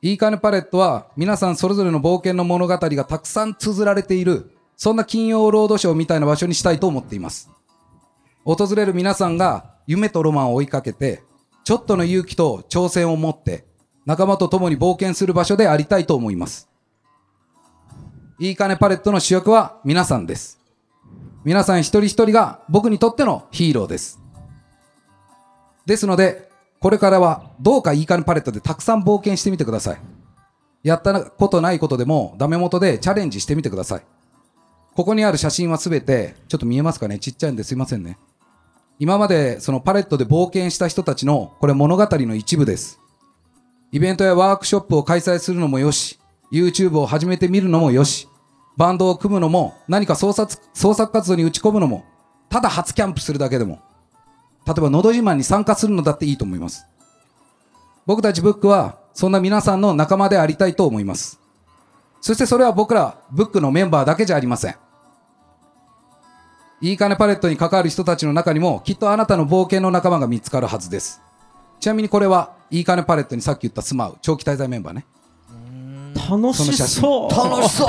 イーカヌパレットは皆さんそれぞれの冒険の物語がたくさん綴られている、そんな金曜ロードショーみたいな場所にしたいと思っています。訪れる皆さんが夢とロマンを追いかけて、ちょっとの勇気と挑戦を持って、仲間と共に冒険する場所でありたいと思います。いいかねパレットの主役は皆さんです。皆さん一人一人が僕にとってのヒーローです。ですので、これからはどうかいいかねパレットでたくさん冒険してみてください。やったことないことでもダメ元でチャレンジしてみてください。ここにある写真はすべて、ちょっと見えますかねちっちゃいんですいませんね。今までそのパレットで冒険した人たちの、これ物語の一部です。イベントやワークショップを開催するのもよし、YouTube を始めてみるのもよし、バンドを組むのも、何か創作創作活動に打ち込むのも、ただ初キャンプするだけでも、例えばのど自慢に参加するのだっていいと思います。僕たちブックは、そんな皆さんの仲間でありたいと思います。そしてそれは僕ら、ブックのメンバーだけじゃありません。いいかねパレットに関わる人たちの中にも、きっとあなたの冒険の仲間が見つかるはずです。ちなみにこれは、いいかねパレットにさっき言ったスマウ、長期滞在メンバーね。楽しそう楽しそう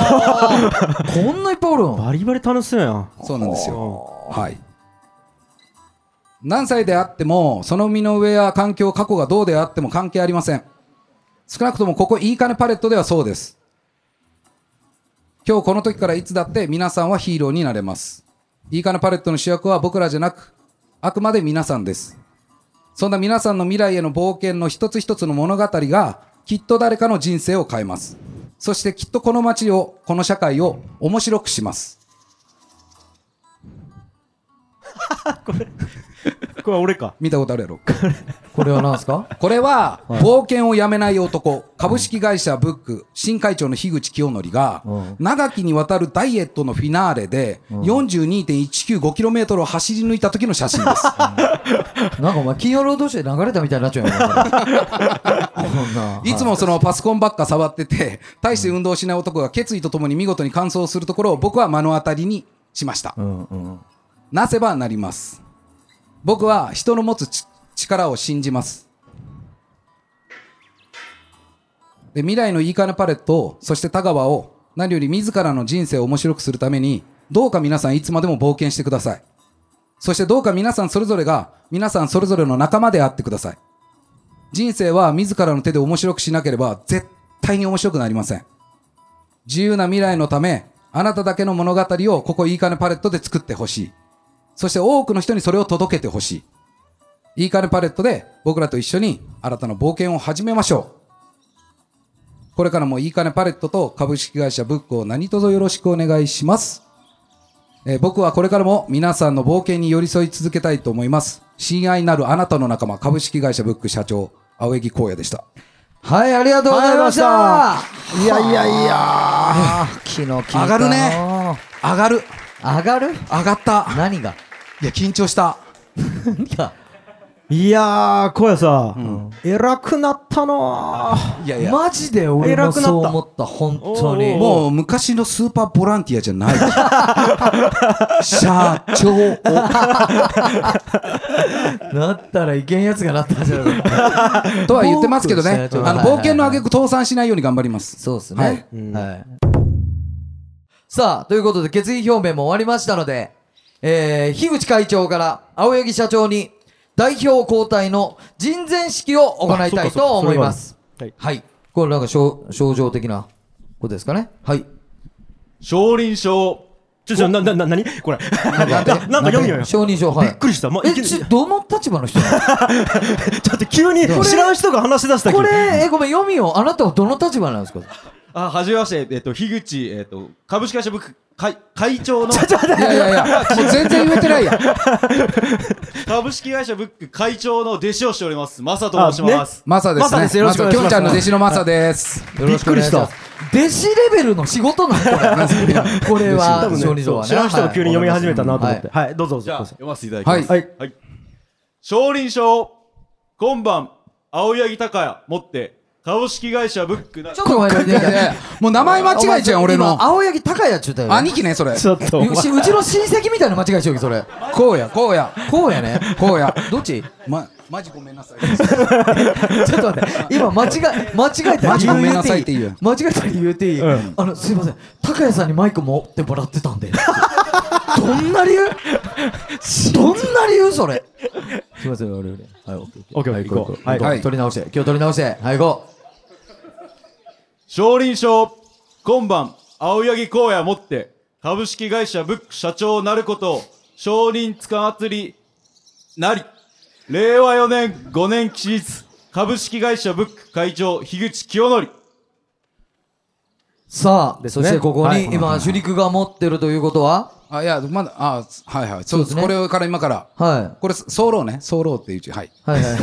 こんないっぱいおるんバリバリ楽しそうやんそうなんですよ。はい。何歳であっても、その身の上や環境、過去がどうであっても関係ありません。少なくともここ、いいかねパレットではそうです。今日この時からいつだって皆さんはヒーローになれます。いいかねパレットの主役は僕らじゃなく、あくまで皆さんです。そんな皆さんの未来への冒険の一つ一つの物語が、きっと誰かの人生を変えます。そしてきっとこの街を、この社会を面白くします。これ俺か見たことあるやろこれは何すかこれは、冒険をやめない男、株式会社ブック、新会長の樋口清則がうん、長きにわたるダイエットのフィナーレで、42.195km を走り抜いた時の写 真です。なんかお前金曜ロードショーで流れたみたいになっちゃうよお前こんないつもそのパソコンばっか触ってて、大して運動しない男が決意とともに見事に完走するところを僕は目の当たりにしましたう。んうんなせばなります。僕は人の持つち力を信じます。で未来のいいかねパレットを、そして田川を、何より自らの人生を面白くするために、どうか皆さんいつまでも冒険してください。そしてどうか皆さんそれぞれが、皆さんそれぞれの仲間であってください。人生は自らの手で面白くしなければ、絶対に面白くなりません。自由な未来のため、あなただけの物語をここいいかねパレットで作ってほしい。そして多くの人にそれを届けてほしい。いいかねパレットで僕らと一緒に新たな冒険を始めましょう。これからもいいかねパレットと株式会社ブックを何卒よろしくお願いします。えー僕はこれからも皆さんの冒険に寄り添い続けたいと思います。親愛なるあなたの仲間株式会社ブック社長、青柳光也でした。はいありがとうございました,、あいやいやいや昨日聞いたな上がるね上がる上がる上がった何がいや、緊張した。いやいやー、小屋さ、ん、偉くなったなーいやいや、マジで俺も偉くなったそう思った本当におーもう昔のスーパーボランティアじゃない。社長。なったらいけんやつがなったんじゃないかとは言ってますけどボーねク。ですねあの、冒険の挙句倒産しないように頑張ります。そうですねはい、うんさあということで決意表明も終わりましたので、えー、樋口会長から青柳社長に代表交代の人前式を行いたいと思いますはい。はいこれなんか症症状的なことですかねはい少林賞。ちょ、ちょ、な、な、な、なにこれ。なんでか読むよ。 ちょ承認証はいびっくりしたまあえいきなりちどの立場の人 なのっと急に知らん人が話し出したけこど。れ、え、ごめん、読みを、あなたはどの立場なんですかあ、はじめまして、えっと、樋口、えっと、株式会社ブック、会、会長の、いやいやいや、もう全然言えてないや。株式会社ブック会長の弟子をしております。マサとあ申します。マサでマサですすね。よろマしくおサ、願いきしょますんちゃんの弟子のマサです。びっくりしたよろしくお願いします弟子レベルの仕事なのこれ。これ多は、分小児童ね、そはうね。知らん人が急に読み始めたなと思って。ははい、どうぞどうじゃあ、ぞ。読ませていただきはまいす。。はい。はい。少林賞、今晩、青柳高也持って、株式会社ブックな、いちょっとお前、いやいやもう名前間違えちゃう、俺の今。青柳高也っちゅうたよ。兄貴ね、それ。ちょっとお前うちうちの親戚みたいな間違いしようよそれ。こうや、こうや、こうやね。こうや。どっちま、マジごめんなさい。ちょっと待って、今間違え、間違えたマジ理由ごめんなさいって言う間違えた理由っていい、うんあの、すいません、高谷さんにマイク持ってもらってたんで。どんな理由どんな理由それ。すいません、俺、俺。はい、オッケーオッケーオッケー行こう。はい。ははいい、取り直して、今日取り直して、はい、行こう。少林賞、今晩、青柳高也持って、株式会社ブック社長なること、少林塚祭り、なり、令和4年5年期日、株式会社ブック会長、樋口清則。さあ、ですそねしてここはいに、今、主陸が持ってるということは、あ、いや、まだ、あ、はいはい。そうそうです。ですねこれから今から。はこれ、ソロね。ソロっていう字。はい。い、はい、はい。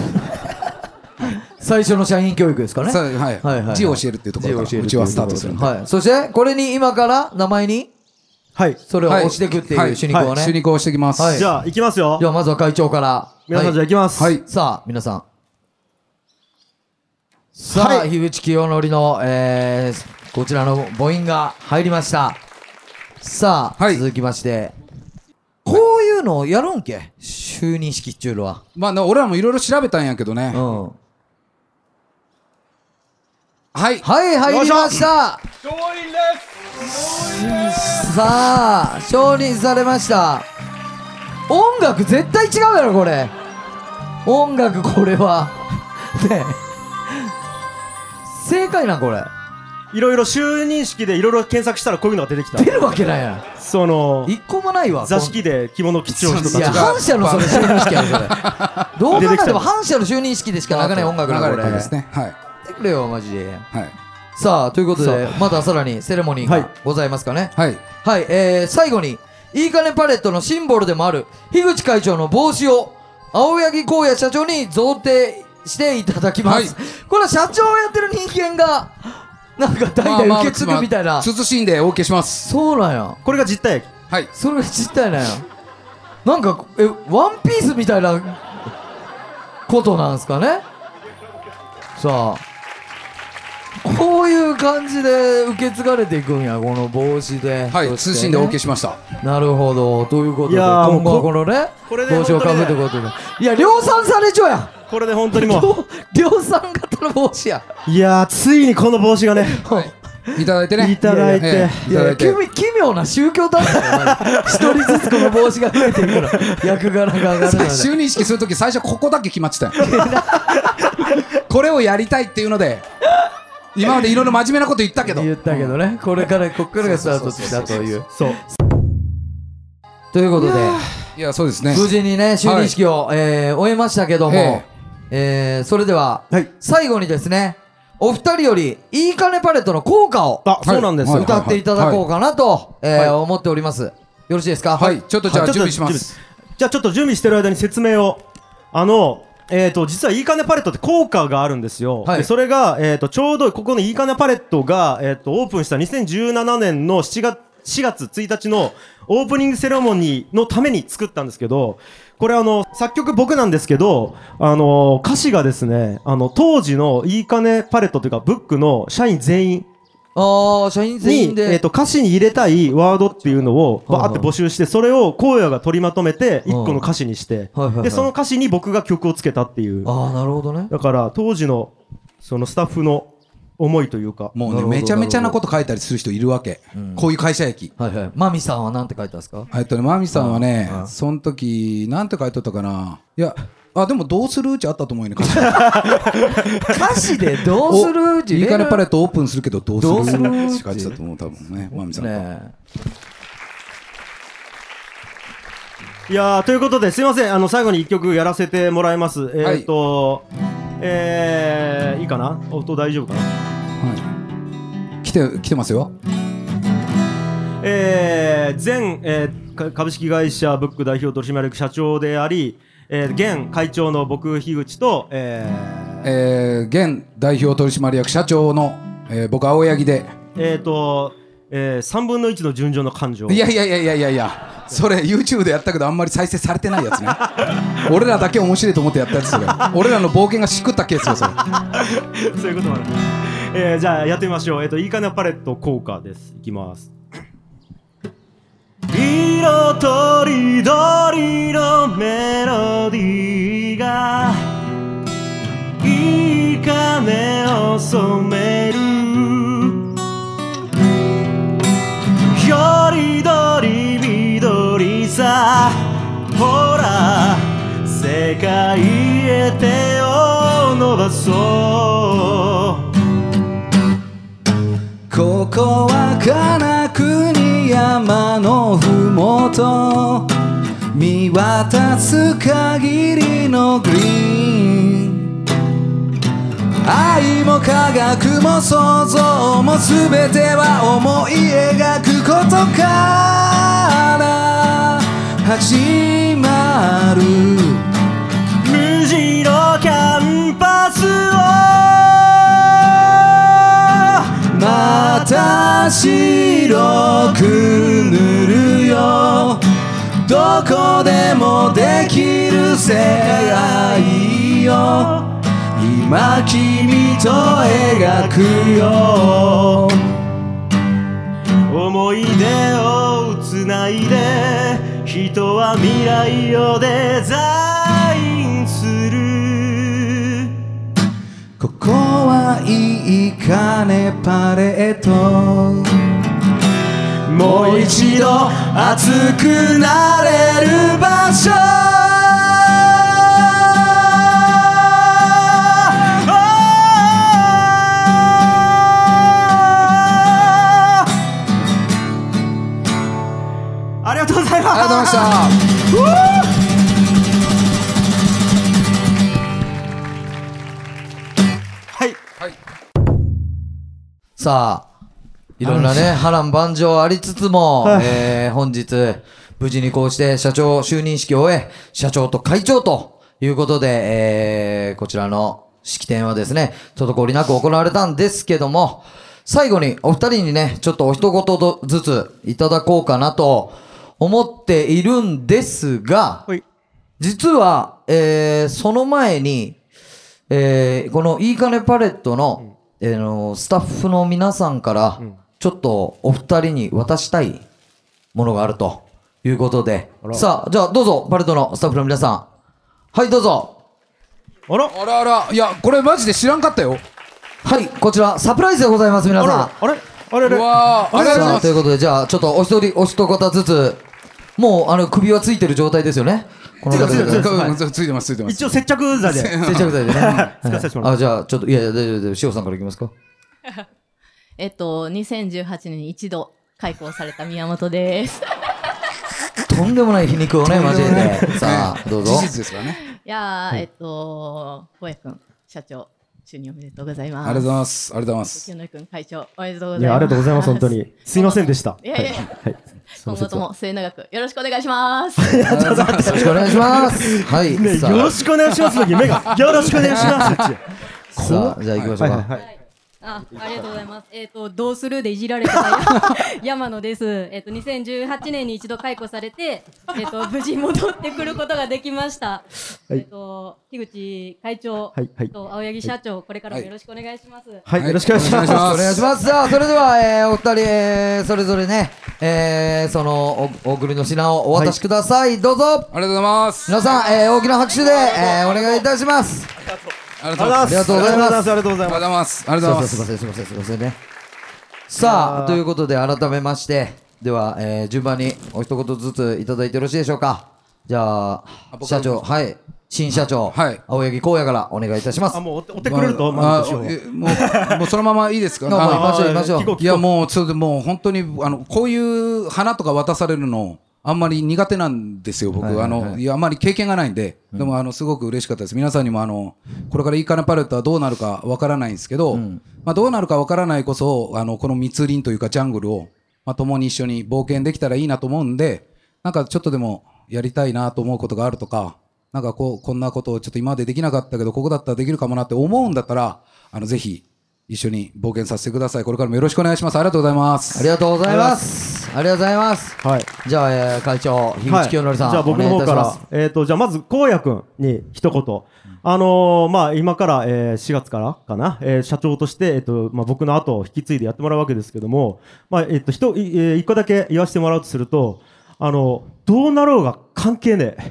最初の社員教育ですかね。さはいはいはい字を教えるっていうところから字を教えるうちはスタートするんではい。そして、これに今から名前に、はい。それを押していくっていう主陸をね。主肉を押していきます。はいじゃあ、行きますよで。はまずは会長から。皆さんじゃあ行きます。はいさあ、皆さん。さあ、はい樋口清則の、えー、こちらの母音が入りました。さあ、はい続きまして、こういうのをやるんけ就任式っちゅうのは。まあ、な俺らもいろいろ調べたんやけどね。うん。ははい。い、入りました少林ですさあ、承認されました。音楽絶対違うやろ、これ。音楽、これは。 ねえ正解なん、これ。いろいろ就任式でいろいろ検索したらこういうのが出てきた出。るわけないやそのん。、一個もないわ。座敷で着物を着ちゃう人たいちや、が。反射のそれ就任式やろ、それ。 どう考えても反射の就任式でしか流れない音楽なの、こ流れ。れてですやね。はい。ってくれよ、マジで。はい。さあ、ということで、まださらにセレモニーはいがございますかね。はい。はい、えー、最後に、いいかねパレットのシンボルでもある、樋口会長の帽子を、青柳光也社長に贈呈していただきます。これは社長をやってる人間が、なんか代々受け継ぐみたいな。慎んでお受けします。そうなんや。これが実体液。はい。それが実態なんや。なんか、え、ワンピースみたいな、ことなんすかねさあ。こういう感じで受け継がれていくんや、この帽子で。はそい。してね慎んでお受けしました。なるほど。ということで、いやー今後もはうこのね、これで帽子をかぶってことで。いや、量産されちょやこれで本当にも量量産型の帽子や。う。いやー、ついにこの帽子がね、いただいてね。いただいてええいいただやいて奇。妙奇妙な宗教だったよマジで一人ずつこの帽子が増えていく の役柄が上がるので就任式するとき最初ここだけ決まってた よこれをやりたいっていうので今までいろいろ真面目なこと言ったけど言ったけどねこれからこっからがスタートしたというそう。ということでいやそうですね無事にね就任式を、えー終えましたけどもえ、えーそれでは、はい最後にですねお二人よりいいかねパレットの効果をあ、そうなんですよ。はい歌っていただこうかなと、えー思っておりますよろしいですかはいちょっとじゃあはいちょ準っと備しますじゃあちょっと準備してる間に説明を。あの、えー、と、実はいいかねパレットって効果があるんですよ。はいでそれが、えー、と、ちょうどここのいいかねパレットが、えー、と、オープンした2017年の7月、4月1日のオープニングセレモニーのために作ったんですけど、これあの、作曲僕なんですけど、あの、歌詞がですね、あの、当時のいいかねパレットというか、ブックの社員全員ああ、社員全に員、で。えっと、歌詞に入れたいワードっていうのをはいはバいーって募集して、それを荒野が取りまとめて、一個の歌詞にしてはいはいはい、で、その歌詞に僕が曲をつけたっていう。ああ、なるほどね。だから、当時の、そのスタッフの思いというか、もうなるね、ほどめちゃめちゃなこと書いたりする人いるわけ。こういう会社駅。はいはい。マミさんはなんて書いたんですかえっとね、マミさんはねう、んその時、なんて書いとったかな。いや、あ、でも、どうするうちあったと思うよね。歌詞歌詞で どうするおいいかねパレットオープンするけど、どうするどうするって書いてたと思う、多分ね、マミさんは。ねいやーということですいませんあの最後に一曲やらせてもらいますえっ、ー、と、えー、いいかな音大丈夫かなはい来て、来てますよ。えー、前、えーか株式会社ブック代表取締役社長であり、えー、現会長の僕樋口と、えーえー、現代表取締役社長の、えー、僕、青柳で。えーと、えー、3分の1の順情の感情いやいやいやいやいやいや、それ、YouTube でやったけど、あんまり再生されてないやつね。俺らだけ面白いと思ってやったやつそれ俺らの冒険がしくったケースよ、それ。 そういうこともある、えー、じゃあやってみましょうえっ、といいかなパレット効果ですいきます 色とりどりのメロディーがいい金を染めるよりどり緑さほら世界へ手を伸ばそうここは金国山のふもと見渡す限りのグリーン愛も科学も想像も全ては思い描くことから始まる無地のキャンパスをまた白く塗るよどこでもできる世界よ今君と描くよ思い出をつないで人は未来をデザインするここはいい金パレットもう一度熱くなれる場所ありがとうございますありがとうございましたはいさあ、いろんなね、波乱万丈ありつつも、はいえー本日、無事にこうして社長就任式を終え、社長と会長ということで、えーこちらの式典はですね、滞りなく行われたんですけども、最後にお二人にね、ちょっとお一言どずついただこうかなと思っているんですが、はい実は、えーその前に、えーこのいいかねパレットの、えーのスタッフの皆さんから、ちょっとお二人に渡したいものがあるということで。さあ、じゃあどうぞ、パレットのスタッフの皆さん。はい、どうぞ。あらあらあらいやこれマジで知らんかったよはい、こちら、サプライズでございます、皆あさんら。あれあれあうれわーありがとうございさまあ、といすうことで、じゃあ、ちょっとお一人、お一方ずつ、もう、あの、首はついてる状態ですよね。この方ついてるついてる々とうございまうんついてますついてます一応接着剤で接着剤でね。つかせてもらうあ、じゃあ、ちょっと、いやいや、大丈夫、大丈夫。しおさんからいきますか。えっと、2018年に一度開校された宮本です。とんでもない皮肉をね、交えて。さあ、 どうぞ。事実ですからねいやー、えっと、小くん、社長、就任おめでとうございあまりがとうごす。うざいますありがとうございます清野くん、会長、おめでとうございます。いやありがとうございます本当。にすいませんでしたいやいやいやはいはいそ 今の後説とはも末永くよろしくお願いします。よろしくお願いします。はい、ねさあよろしくお願いしますの時目がよろしくお願いしますってさあ、じゃあ行きましょうか。はいああ、ありがとうございます。えっ、と、どうするでいじられて た山野です。えっ、と、2018年に一度解雇されて、えっ、と、無事戻ってくることができました。はいえっ、と、樋口会長はいはいと青柳社長、これからもよろしくお願いします。はい、よろしくお願いします。お願いします。さあ、それでは、えーお二人、えーそれぞれね、えーそのお、お送りの品をお渡しください。どうぞありがとうございます。皆さん、えー大きな拍手で、えーお願いいたします。ありがとうございあまりがとうございますありがとうございす。ありがとます。うございます。ありがとうございますいすま。せん、すいません、すいませんね。さあ、ということで、改めまして、では、えー順番にお一言ずついただいてよろしいでしょうか。じゃあ、僕社長、はい、新社長、はい青柳光也からお願いいたします。あ、もう追って追ってくれると、まあマあルコ氏をえもう、もうそのままいいです かどうもはい行きましょう、行きましょう聞こう聞こ。ういやもう、それでもう本当に、あの、こういう花とか渡されるの、あんまり苦手なんですよ、僕。はいはいはいあの、いや、あんまり経験がないんで、でも、あの、すごく嬉しかったです。皆さんにも、あの、これからいいかなパレットはどうなるかわからないんですけど、まあ、どうなるかわからないこそ、あの、この密林というかジャングルを、まあ、共に一緒に冒険できたらいいなと思うんで、なんかちょっとでもやりたいなと思うことがあるとか、なんかこう、こんなことをちょっと今までできなかったけど、ここだったらできるかもなって思うんだったら、あの、ぜひ、一緒に冒険させてください。これからもよろしくお願いします。ありがとうございます。ありがとうございます。ありがとうございます。はい。じゃあ、えー会長、樋はい口清則さん、じゃあ僕のお願い方いたかします。、らえっ、と、じゃあまず、こうやくんに一言。あのーまあ、今から、えー4月からかな、えー社長として、えっ、と、まあ、僕の後を引き継いでやってもらうわけですけども、まあ、えっ、と、人、いえー一個だけ言わせてもらうとすると、あの、どうなろうが関係ねえ。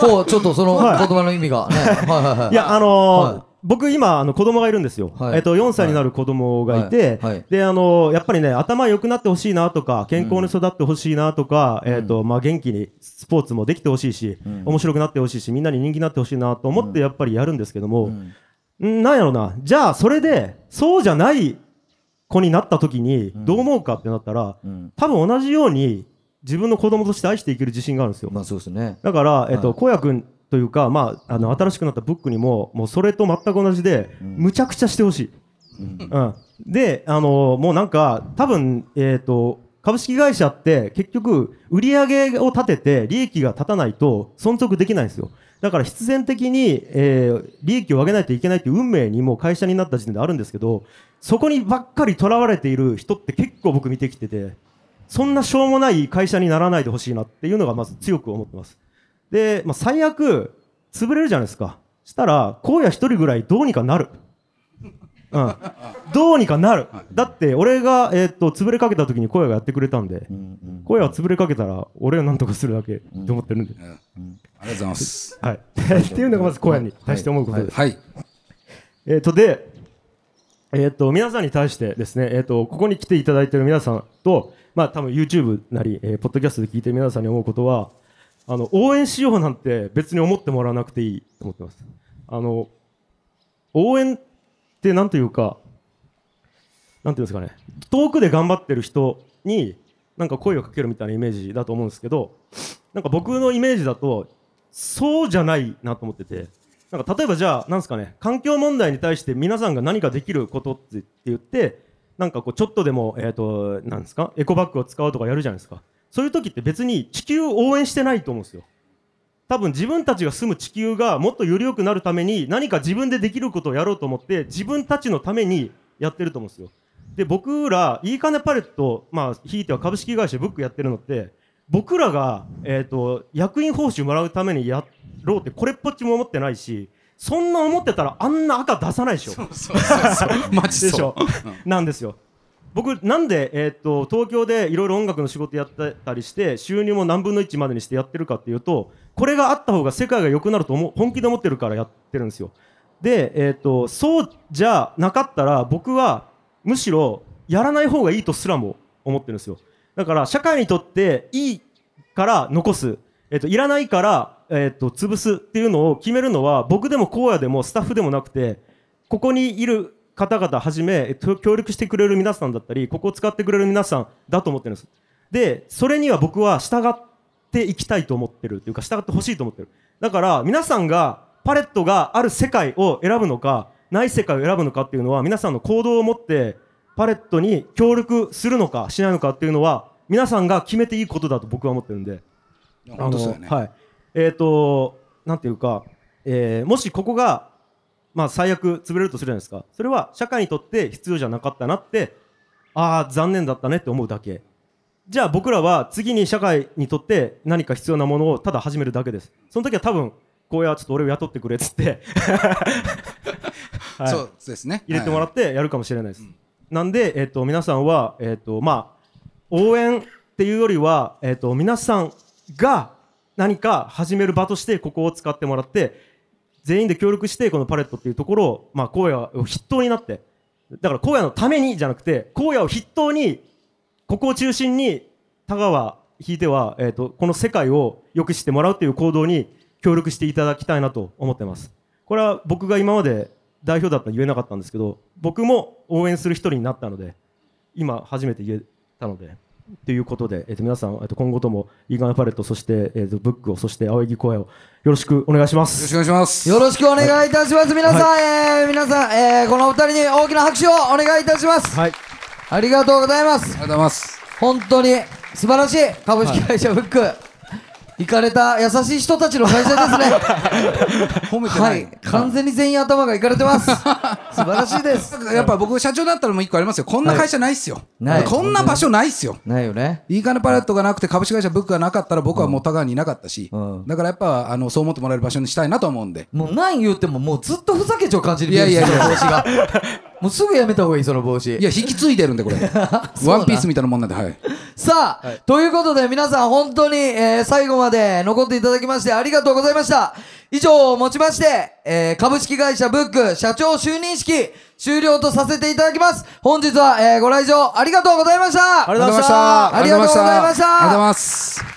こう、ちょっとそ の言はい葉の意味がね。はいはいはい。いや、あのーはい僕今あの子供がいるんですよ、はいえっと4歳になる子供がいて、はいはいであのーやっぱりね頭良くなってほしいなとか健康に育ってほしいなとか、えっとまあ、元気にスポーツもできてほしいし、面白くなってほしいしみんなに人気になってほしいなと思ってやっぱりやるんですけども、んなんやろなじゃあそれでそうじゃない子になった時にどう思うかってなったら、ん多分同じように自分の子供として愛していける自信があるんですよ。まあそうですね。だから、えっはと、こうやくんというか、まあ、あの、新しくなったブックにも、もうそれと全く同じで、むちゃくちゃしてほしい。うん。で、あの、もうなんか、多分、えっと、株式会社って結局、売り上げを立てて利益が立たないと存続できないんですよ。だから必然的に、えー利益を上げないといけないという運命にもう会社になった時点であるんですけど、そこにばっかりとらわれている人って結構僕見てきてて、そんなしょうもない会社にならないでほしいなっていうのがまず強く思ってます。で、まあ、最悪、潰れるじゃないですか。したら、荒野一人ぐらいどうにかなる。うん。どうにかなる。だって、俺が、えーっと、潰れかけた時に荒野がやってくれたんで、荒野は潰れかけたら、俺をなんとかするだけと思ってるんで。ありがとうございます。はい。 っていうのがまず荒野に対して思うことです。はい。えーっと、で、えーっと、皆さんに対してですね、えーっと、ここに来ていただいている皆さんと、まあ、多分 YouTube なり、えーポッドキャストで聞いてる皆さんに思うことは、あの、応援しようなんて別に思ってもらわなくていいと思ってます。あの、応援ってなんというか、なんていうんですかね、遠くで頑張ってる人に、なんか声をかけるみたいなイメージだと思うんですけど、なんか僕のイメージだと、そうじゃないなと思ってて、なんか例えばじゃあ、なんですかね、環境問題に対して皆さんが何かできることって言って、なんかこう、ちょっとでも、えっ、と、なんですか、エコバッグを使うとかやるじゃないですか。そういう時って別に地球を応援してないと思うんですよ。多分自分たちが住む地球がもっとより良くなるために何か自分でできることをやろうと思って自分たちのためにやってると思うんですよ。で僕らいいかねパレットまあひいては株式会社ブックやってるのって僕らが、えー、と役員報酬もらうためにやろうってこれっぽっちも思ってないしそんな思ってたらあんな赤出さないでしょ。そうそうそう。マジでしそょ う。なんですよ。僕なんで、えーっと東京でいろいろ音楽の仕事やってたりして収入も何分の1までにしてやってるかっていうとこれがあった方が世界が良くなると思う本気で思ってるからやってるんですよで、えーっとそうじゃなかったら僕はむしろやらない方がいいとすらも思ってるんですよだから社会にとっていいから残す、えっといらないから、えっと潰すっていうのを決めるのは僕でも荒野でもスタッフでもなくてここにいる方々はじめ、えっと協力してくれる皆さんだったりここを使ってくれる皆さんだと思ってるんですでそれには僕は従っていきたいと思ってるというか従ってほしいと思ってるだから皆さんがパレットがある世界を選ぶのかない世界を選ぶのかっていうのは皆さんの行動を持ってパレットに協力するのかしないのかっていうのは皆さんが決めていいことだと僕は思ってるんで本当そうよねあの。はい。えっ、と、なんていうか、えーもしここが、まあ、最悪潰れるとするじゃないですか。それは社会にとって必要じゃなかったなって、ああ、残念だったねって思うだけ。じゃあ僕らは次に社会にとって何か必要なものをただ始めるだけです。その時は多分、こうやちょっと俺を雇ってくれっつ って、はいそうですね。入れてもらっってやるかもしれないです。なんで、えっと、皆さんは、えっと、まあ、応援っていうよりは、えっと、皆さんが何か始める場としてここを使ってもらって、全員で協力して、このパレットっていうところを、まあ、荒野を筆頭になって、だから荒野のためにじゃなくて、荒野を筆頭に、ここを中心に、田川、ひいては、えっと、この世界を良くしてもらうという行動に協力していただきたいなと思ってます。これは僕が今まで代表だったら言えなかったんですけど、僕も応援する一人になったので、今初めて言えたので。ということで、えっと皆さん、えっと今後ともイーガンパレット、そして、えっとブックを、そして青柳公演をよろしくお願いしまよろしすく。お願いします。よろしくお願いいたします。皆さん、えー皆さん、えーこのお二人に大きな拍手をお願いいたします。はい、ありがとうございますあ。りがとうございます。本当に素晴らしい株式会社ブック。行かれた優しい人たちの会社です ね。褒めてな。はいい、完全に全員頭がいかれて ます。素晴らしいです。やっぱ僕社長だったらもう一個ありますよ。こんな会社ないっすよ。ないこんな場所ないっすよ。 ないよね。いい金パレットがなくて株式会社ブックがなかったら僕はもう田川にいなかったし、うんだからやっぱあのそう思ってもらえる場所にしたいなと思う んで。もう何言ってももうずっとふざけちゃう感じにい見えやるいやいやその帽子が。もうすぐやめた方がいい、その帽子い。や、引き継いでるんで、これ。ワンピースみたいなもんなんで、はい。さあ、ということで皆さん本当に、えー最後まで残っていただきましてありがとうございました。以上をもちまして、えー株式会社ブック社長就任式終了とさせていただきます。本日は、えーご来場ありがとうございました。ありがとうございましたありがとうございましたありがとうございます。